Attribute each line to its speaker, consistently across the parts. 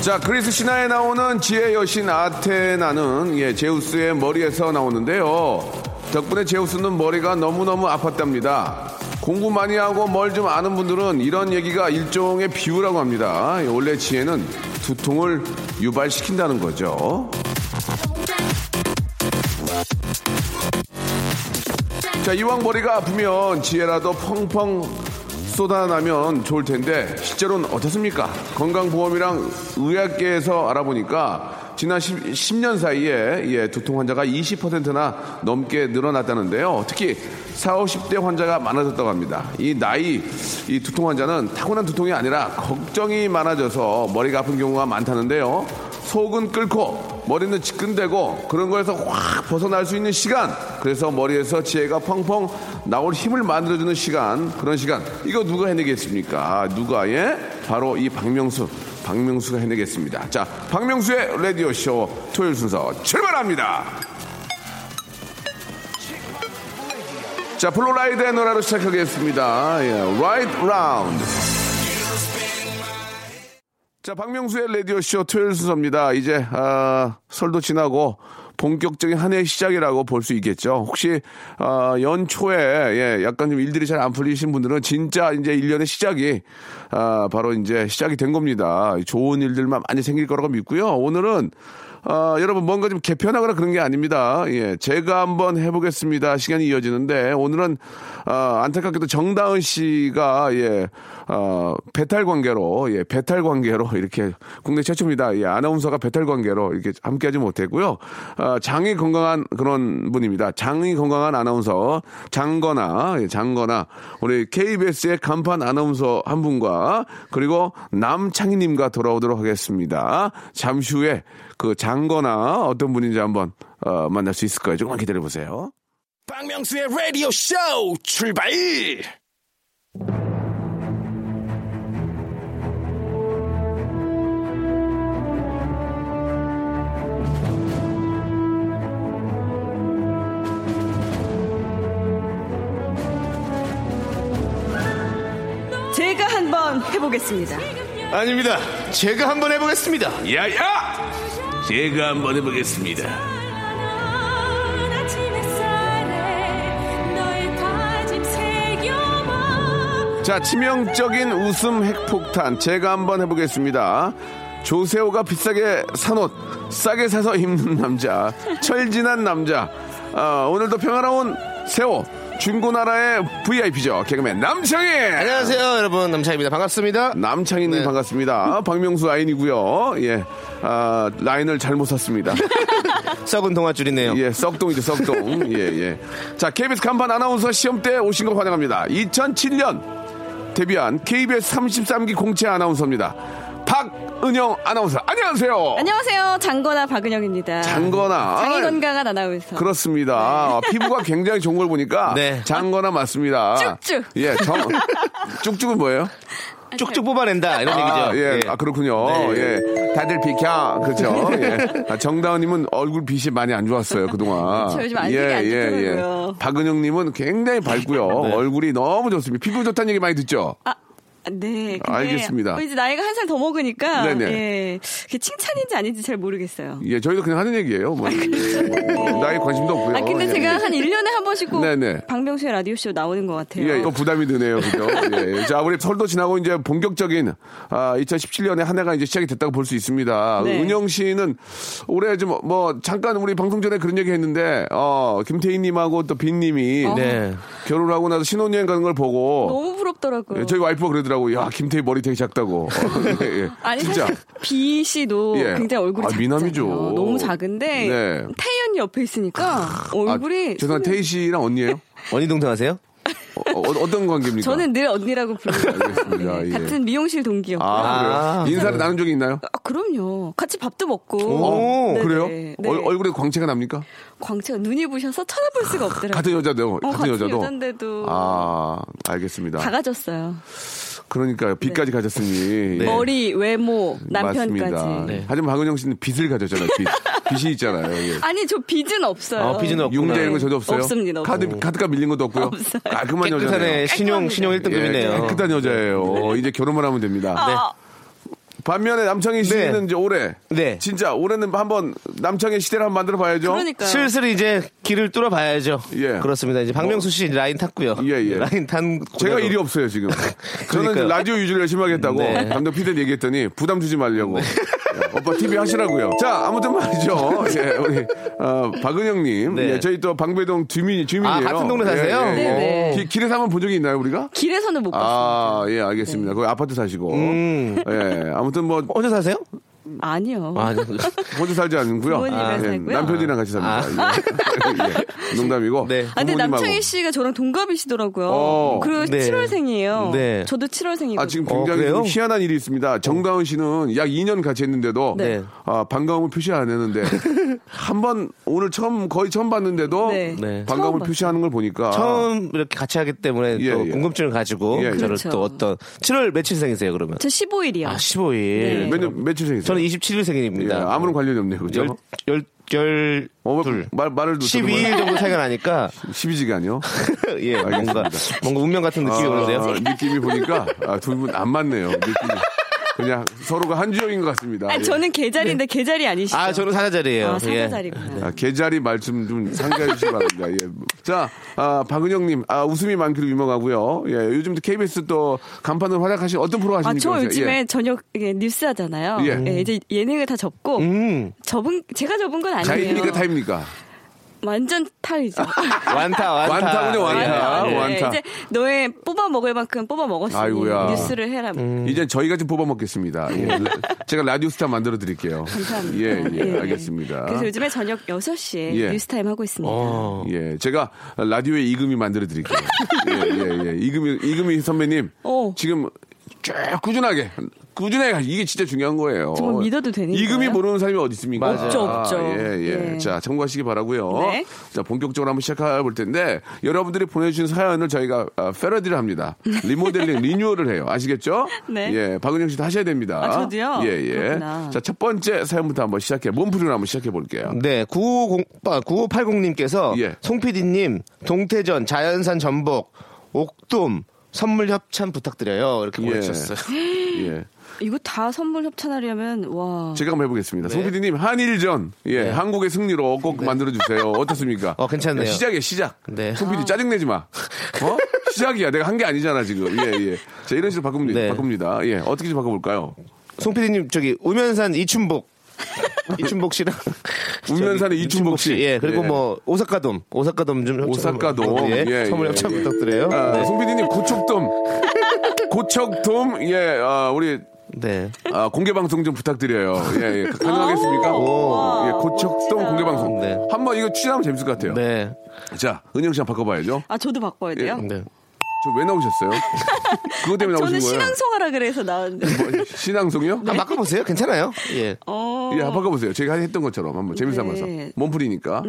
Speaker 1: 자 그리스 신화에 나오는 지혜 여신 아테나는 예, 제우스의 머리에서 나오는데요 덕분에 제우스는 머리가 너무너무 아팠답니다 공부 많이 하고 뭘 좀 아는 분들은 이런 얘기가 일종의 비유라고 합니다 예, 원래 지혜는 두통을 유발시킨다는 거죠 자, 이왕 머리가 아프면 지혜라도 펑펑 쏟아나면 좋을 텐데, 실제로는 어떻습니까? 건강보험이랑 의학계에서 알아보니까, 지난 10, 년 사이에, 예, 두통 환자가 20%나 넘게 늘어났다는데요. 특히 40, 50대 환자가 많아졌다고 합니다. 이 나이, 이 두통 환자는 타고난 두통이 아니라 걱정이 많아져서 머리가 아픈 경우가 많다는데요. 속은 끓고, 머리는 지끈대고 그런 거에서 확 벗어날 수 있는 시간. 그래서 머리에서 지혜가 펑펑 나올 힘을 만들어주는 시간. 그런 시간. 이거 누가 해내겠습니까? 아, 누가, 예? 바로 이 박명수. 박명수가 해내겠습니다. 자, 박명수의 라디오쇼 토요일 순서 출발합니다. 자, 플로라이드의 노래로 시작하겠습니다. 예, right round. 자, 박명수의 라디오쇼 토요일 순서입니다. 이제, 아, 설도 지나고 본격적인 한 해의 시작이라고 볼 수 있겠죠. 혹시, 아, 연초에, 예, 약간 좀 일들이 잘 안 풀리신 분들은 진짜 이제 일년의 시작이, 아, 바로 이제 시작이 된 겁니다. 좋은 일들만 많이 생길 거라고 믿고요. 오늘은, 아, 여러분 뭔가 좀 개편하거나 그런 게 아닙니다. 예, 제가 한번 해보겠습니다. 시간이 이어지는데 오늘은 아, 안타깝게도 정다은 씨가 예, 어, 배탈 관계로 예, 배탈 관계로 이렇게 국내 최초입니다. 예, 아나운서가 배탈 관계로 이렇게 함께하지 못했고요. 아, 장이 건강한 그런 분입니다. 장이 건강한 아나운서 장거나 예, 장거나 우리 KBS의 간판 아나운서 한 분과 그리고 남창희님과 돌아오도록 하겠습니다. 잠시 후에 그 장거나 어떤 분인지 한번 어, 만날 수 있을 거예요. 조금만 기다려 보세요.
Speaker 2: 박명수의 Radio Show 출발.
Speaker 3: 제가 한번 해보겠습니다.
Speaker 2: 아닙니다. 제가 한번 해보겠습니다. 야야. 제가 한번 해보겠습니다.
Speaker 1: 자, 치명적인 웃음 핵폭탄. 제가 한번 해보겠습니다. 조세호가 비싸게 산 옷, 싸게 사서 입는 남자, 철진한 남자. 아, 오늘도 평화로운 세호, 중고나라의 VIP죠. 개그맨 남창희!
Speaker 4: 안녕하세요, 네. 여러분. 남창입니다. 반갑습니다.
Speaker 1: 남창희님 반갑습니다. 박명수 아인이고요 예. 아, 라인을 잘못 샀습니다.
Speaker 4: 썩은 동화줄이네요.
Speaker 1: 예, 썩동이죠, 썩동. 예, 예. 자, KBS 간판 아나운서 시험 때 오신 거 환영합니다. 2007년 데뷔한 KBS 33기 공채 아나운서입니다. 박은영 아나운서. 안녕하세요.
Speaker 3: 안녕하세요. 장거나 박은영입니다.
Speaker 1: 장거나.
Speaker 3: 장이 건강한 아나운서.
Speaker 1: 그렇습니다. 아, 피부가 굉장히 좋은 걸 보니까
Speaker 4: 네.
Speaker 1: 장거나 맞습니다.
Speaker 3: 쭉쭉.
Speaker 1: 예, 정, 쭉쭉은 뭐예요?
Speaker 4: 쭉쭉 뽑아낸다. 이런
Speaker 1: 아,
Speaker 4: 얘기죠.
Speaker 1: 예. 아, 그렇군요.
Speaker 4: 네.
Speaker 1: 예. 다들 비켜. 그렇죠. 예. 아, 정다은님은 얼굴 빛이 많이 안 좋았어요, 그동안. 예,
Speaker 3: 그쵸, 요즘 안색이 안 좋더라고요. 네.
Speaker 1: 박은영님은 굉장히 밝고요. 얼굴이 너무 좋습니다. 피부 좋다는 얘기 많이 듣죠?
Speaker 3: 아, 네. 근데
Speaker 1: 알겠습니다.
Speaker 3: 이제 나이가 한 살 더 먹으니까
Speaker 1: 네네.
Speaker 3: 예, 그게 칭찬인지 아닌지 잘 모르겠어요.
Speaker 1: 예, 저희도 그냥 하는 얘기예요. 뭐. 나이 관심도 없고요.
Speaker 3: 아 근데
Speaker 1: 예.
Speaker 3: 제가 한 1년에 한 번씩 꼭
Speaker 1: 네네.
Speaker 3: 박명수의 라디오쇼 나오는 것 같아요.
Speaker 1: 예, 또 부담이 드네요. 그죠? 예, 예. 자, 우리 설도 지나고 이제 본격적인 아, 2017년에 한 해가 이제 시작이 됐다고 볼 수 있습니다.
Speaker 3: 네.
Speaker 1: 은영 씨는 올해 좀 뭐 잠깐 우리 방송 전에 그런 얘기 했는데 어, 김태희 님하고 또 빈 님이
Speaker 4: 네.
Speaker 1: 결혼하고 나서 신혼여행 가는 걸 보고
Speaker 3: 어. 너무 부럽더라고요.
Speaker 1: 예, 저희 와이프가 그러더라고. 야, 김태희 머리 되게 작다고. 예, 예.
Speaker 3: 아니
Speaker 1: 진짜.
Speaker 3: 사실 B 씨도
Speaker 1: 예.
Speaker 3: 굉장히 얼굴이
Speaker 1: 아,
Speaker 3: 작잖아요.
Speaker 1: 미남이죠.
Speaker 3: 너무 작은데
Speaker 1: 네.
Speaker 3: 태희 언니 옆에 있으니까
Speaker 1: 아,
Speaker 3: 얼굴이
Speaker 1: 죄송한 태희 씨랑 언니예요?
Speaker 4: 언니 동생 하세요?
Speaker 1: 어, 어, 떤 관계입니까?
Speaker 3: 저는 늘 언니라고
Speaker 1: 알겠습니다.
Speaker 3: 불러요.
Speaker 1: 예.
Speaker 3: 네, 같은 미용실 동기였고. 아.
Speaker 1: 아,
Speaker 4: 아.
Speaker 1: 그래요? 인사를 나눈 적이 있나요?
Speaker 3: 그럼요. 같이 밥도 먹고.
Speaker 1: 어,
Speaker 3: 네네.
Speaker 1: 그래요?
Speaker 3: 네.
Speaker 1: 얼- 얼굴에 광채가 납니까?
Speaker 3: 광채가 눈이 부셔서 쳐다볼 수가 없더라고요.
Speaker 1: 같은 여자도
Speaker 3: 어,
Speaker 1: 같은 여자도
Speaker 3: 여잔데도
Speaker 1: 아 알겠습니다.
Speaker 3: 다 가졌어요.
Speaker 1: 그러니까요 빚까지 가졌으니 예,
Speaker 3: 머리, 외모,
Speaker 1: 네, 맞습니다.
Speaker 3: 남편까지.
Speaker 4: 네.
Speaker 1: 하지만 박은영 씨는 빚을 가졌잖아요. 빚. 빚이 있잖아요. 예.
Speaker 3: 아니 저 빚은 없어요. 네.
Speaker 4: 어, 빚은 없구나.
Speaker 1: 융자 이런 거 전혀 없어요.
Speaker 3: 없습니다, 없어요.
Speaker 1: 카드 카드값 밀린 것도 없고요.
Speaker 3: 없어요.
Speaker 1: 깔끔한
Speaker 4: 깨끗하네.
Speaker 1: 여자네요.
Speaker 4: 신용 신용 1등급이네요. 네.
Speaker 1: 예, 깨끗한 여자예요. 이제 결혼만 하면 됩니다.
Speaker 3: 아,
Speaker 1: 반면에 남창희 씨는
Speaker 4: 네.
Speaker 1: 이제 올해
Speaker 4: 네.
Speaker 1: 진짜 올해는 한번 남창희 시대를 한번 만들어 봐야죠.
Speaker 3: 그러니까요.
Speaker 4: 슬슬 이제 길을 뚫어봐야죠.
Speaker 1: 예.
Speaker 4: 그렇습니다. 이제 박명수 씨 라인 탔고요.
Speaker 1: 예, 예.
Speaker 4: 라인 탄.
Speaker 1: 제가
Speaker 4: 고대로.
Speaker 1: 일이 없어요 지금. 저는
Speaker 4: 그러니까요.
Speaker 1: 라디오 유지를 열심히 하겠다고
Speaker 4: 네.
Speaker 1: 담당 피디한테 얘기했더니 부담 주지 말려고. 예, 오빠 TV 하시라고요. 자 아무튼 말이죠. 예, 우리 어, 박은영님,
Speaker 4: 네.
Speaker 1: 예, 저희 또 방배동 주민 주민이에요. 예,
Speaker 4: 아, 같은 동네 사세요?
Speaker 3: 네네.
Speaker 1: 기- 길에서 한번 본 적이 있나요 우리가?
Speaker 3: 길에서는 못 봤어요.
Speaker 1: 아, 예,
Speaker 4: 네.
Speaker 1: 알겠습니다. 거기 아파트 사시고.
Speaker 4: 음.
Speaker 1: 예, 아무튼 뭐,
Speaker 4: 혼자 사세요?
Speaker 3: 아, 니요
Speaker 4: 아,
Speaker 1: 네. 혼자 살지 않고요.
Speaker 3: 부모님이랑
Speaker 1: 예,
Speaker 3: 살고요?
Speaker 1: 남편이랑 같이 삽니다. 예. 농담이고.
Speaker 4: 아. 네.
Speaker 3: 아, 근데
Speaker 1: 부모님하고.
Speaker 3: 남창희 씨가 저랑 동갑이시더라고요.
Speaker 1: 어.
Speaker 3: 그리고
Speaker 4: 네.
Speaker 3: 7월생이에요.
Speaker 4: 네.
Speaker 3: 저도 7월생이고.
Speaker 1: 아, 지금
Speaker 4: 어,
Speaker 1: 굉장히
Speaker 4: 그래요?
Speaker 1: 좀 희한한 일이 있습니다. 정다은 씨는 약 2년 같이 했는데도
Speaker 4: 네.
Speaker 1: 아, 반가움을 표시 안 했는데 한 번 오늘 처음 거의 처음 봤는데도
Speaker 3: 네.
Speaker 4: 네.
Speaker 3: 처음
Speaker 1: 반가움을
Speaker 3: 봤어요.
Speaker 1: 표시하는 걸 보니까
Speaker 4: 처음 이렇게 같이 하기 때문에
Speaker 1: 예,
Speaker 4: 또
Speaker 1: 예.
Speaker 4: 궁금증을 가지고
Speaker 1: 예, 예.
Speaker 4: 저를
Speaker 3: 그렇죠. 네.
Speaker 4: 또 어떤 7월 며칠생이세요 그러면?
Speaker 3: 저 15일이요.
Speaker 4: 아
Speaker 3: 네.
Speaker 4: 15일.
Speaker 1: 몇 년, 예, 며칠 생이세요?
Speaker 4: 저는 27일생입니다.
Speaker 1: 예, 아무런 관련이 없네요. 그죠?
Speaker 4: 열, 열,
Speaker 1: 어,
Speaker 4: 열 둘.
Speaker 1: 말, 말을 놓쳐도
Speaker 4: 12일 정도 차이가 나니까
Speaker 1: 12시간이요?
Speaker 4: 예 뭔가
Speaker 1: 알겠습니다. 아.
Speaker 4: 뭔가 운명 같은 느낌이 오는데요.
Speaker 1: 느낌이 보니까 아, 두 분 안 맞네요. 느낌이. 그냥 서로가 한 주역인 것 같습니다.
Speaker 3: 아,
Speaker 1: 예.
Speaker 3: 저는 계자리인데 계자리 아니시죠?
Speaker 4: 아 저는 사자자리예요.
Speaker 3: 아,
Speaker 4: 예.
Speaker 3: 사자자리구나.
Speaker 1: 아, 계자리 말씀 좀 상가해 주시기 바랍니다. 예. 자, 아, 박은영님, 아, 웃음이 많기로 유명하고요. 예, 요즘 또 KBS 또 간판으로 활약하신 어떤 프로
Speaker 3: 아,
Speaker 1: 하십니까?
Speaker 3: 저
Speaker 1: 요새?
Speaker 3: 요즘에
Speaker 1: 예.
Speaker 3: 저녁 이게 뉴스 하잖아요.
Speaker 1: 예.
Speaker 3: 예, 이제 예능을 다 접고
Speaker 4: 음
Speaker 3: 접은 제가 접은 건 아니에요.
Speaker 1: 자입니까 타입니까?
Speaker 3: 완전 타이죠.
Speaker 4: 예.
Speaker 3: 아,
Speaker 4: 완타 완타
Speaker 1: 완타군요, 완타.
Speaker 4: 예.
Speaker 1: 뭐 완타.
Speaker 3: 이제 너의 뽑아 먹을 만큼 뽑아 먹었으니
Speaker 1: 아이고야. 음.
Speaker 3: 뉴스를 해라.
Speaker 1: 이젠 저희가 좀 뽑아 먹겠습니다. 예. 제가 라디오스타 만들어 드릴게요.
Speaker 3: 네. 감사합니다.
Speaker 1: 예, 예,
Speaker 3: 예, 예.
Speaker 1: 알겠습니다.
Speaker 3: 그래서 요즘에 저녁 6시에
Speaker 1: 예.
Speaker 3: 뉴스타임 하고 있습니다.
Speaker 4: 어.
Speaker 1: 예, 제가 라디오의 이금희 만들어 드릴게요. 예, 예, 예. 이금희, 이금희 선배님.
Speaker 3: 어.
Speaker 1: 지금 쭉 꾸준하게. 꾸준하게 이게 진짜 중요한 거예요.
Speaker 3: 정말 뭐 믿어도 되는
Speaker 1: 이금희
Speaker 3: 거예요?
Speaker 1: 모르는 사람이 어디 있습니까?
Speaker 3: 없죠, 없죠.
Speaker 1: 예, 예,
Speaker 3: 예.
Speaker 1: 자, 참고하시기 바라고요.
Speaker 3: 네.
Speaker 1: 자, 본격적으로 한번 시작해 볼 텐데 여러분들이 보내주신 사연을 저희가 아, 패러디를 합니다. 리모델링, 리뉴얼을 해요. 아시겠죠?
Speaker 3: 네.
Speaker 1: 예, 박은영 씨도 하셔야 됩니다.
Speaker 3: 아, 저도요?
Speaker 1: 예, 예.
Speaker 3: 그렇구나.
Speaker 1: 자, 첫 번째 사연부터 한번 시작해. 몸풀이를 한번 시작해
Speaker 3: 음.
Speaker 1: 볼게요.
Speaker 4: 네, 950, 아, 9580님께서
Speaker 1: 예.
Speaker 4: 송PD님, 동태전, 자연산 전복, 옥돔, 선물 협찬 부탁드려요. 이렇게
Speaker 1: 예.
Speaker 4: 보내주셨어요.
Speaker 1: 예.
Speaker 3: 이거 다 선물 협찬하려면 와.
Speaker 1: 제가 한번 해보겠습니다.
Speaker 4: 네.
Speaker 1: 송 PD님 한일전 예 한국의 승리로 꼭 만들어 주세요. 어떻습니까?
Speaker 4: 어, 괜찮네요.
Speaker 1: 야, 시작이야 시작.
Speaker 4: 네.
Speaker 1: 송 PD 짜증 내지 마. 어? 시작이야. 내가 한 게 아니잖아 지금. 예 예. 자 이런 식으로 바꿉니다.
Speaker 4: 네.
Speaker 1: 바꿉니다. 예 어떻게 좀 바꿔볼까요?
Speaker 4: 송PD님, 저기, 우면산 이춘복. 이춘복 씨랑.
Speaker 1: 우면산의
Speaker 4: 저기,
Speaker 1: 이춘복 씨.
Speaker 4: 예, 그리고
Speaker 1: 예.
Speaker 4: 뭐, 오사카돔. 오사카돔 좀 협찬.
Speaker 1: 오사카돔.
Speaker 4: 예,
Speaker 1: 예,
Speaker 4: 선물
Speaker 1: 예,
Speaker 4: 협찬
Speaker 1: 예.
Speaker 4: 부탁드려요.
Speaker 1: 아,
Speaker 4: 네.
Speaker 1: 송 PD님 고척돔 고척돔 예 아, 우리
Speaker 4: 네.
Speaker 1: 아, 공개 방송 좀 부탁드려요. 예, 예. 가능하겠습니까? 오. 예, 고척돔
Speaker 3: 멋지다.
Speaker 1: 공개 방송.
Speaker 4: 네.
Speaker 1: 한번 이거 취재하면 재밌을 것 같아요.
Speaker 4: 네.
Speaker 1: 자, 은영 씨 한번 바꿔봐야죠.
Speaker 3: 아 저도 바꿔야 돼요?
Speaker 4: 네.
Speaker 1: 저 왜 나오셨어요? 그것 예, 음, 때문에 나오신
Speaker 3: 아, 저는
Speaker 1: 거예요?
Speaker 3: 신앙송하라 네. 그래서 나왔는데.
Speaker 1: 뭐, 신앙송이요?
Speaker 4: 아, 바꿔보세요. 괜찮아요. 예.
Speaker 3: 어.
Speaker 1: 예, 한번 바꿔보세요. 제가 했던 것처럼 한번 재미삼아서
Speaker 3: 네.
Speaker 1: 몸풀이니까.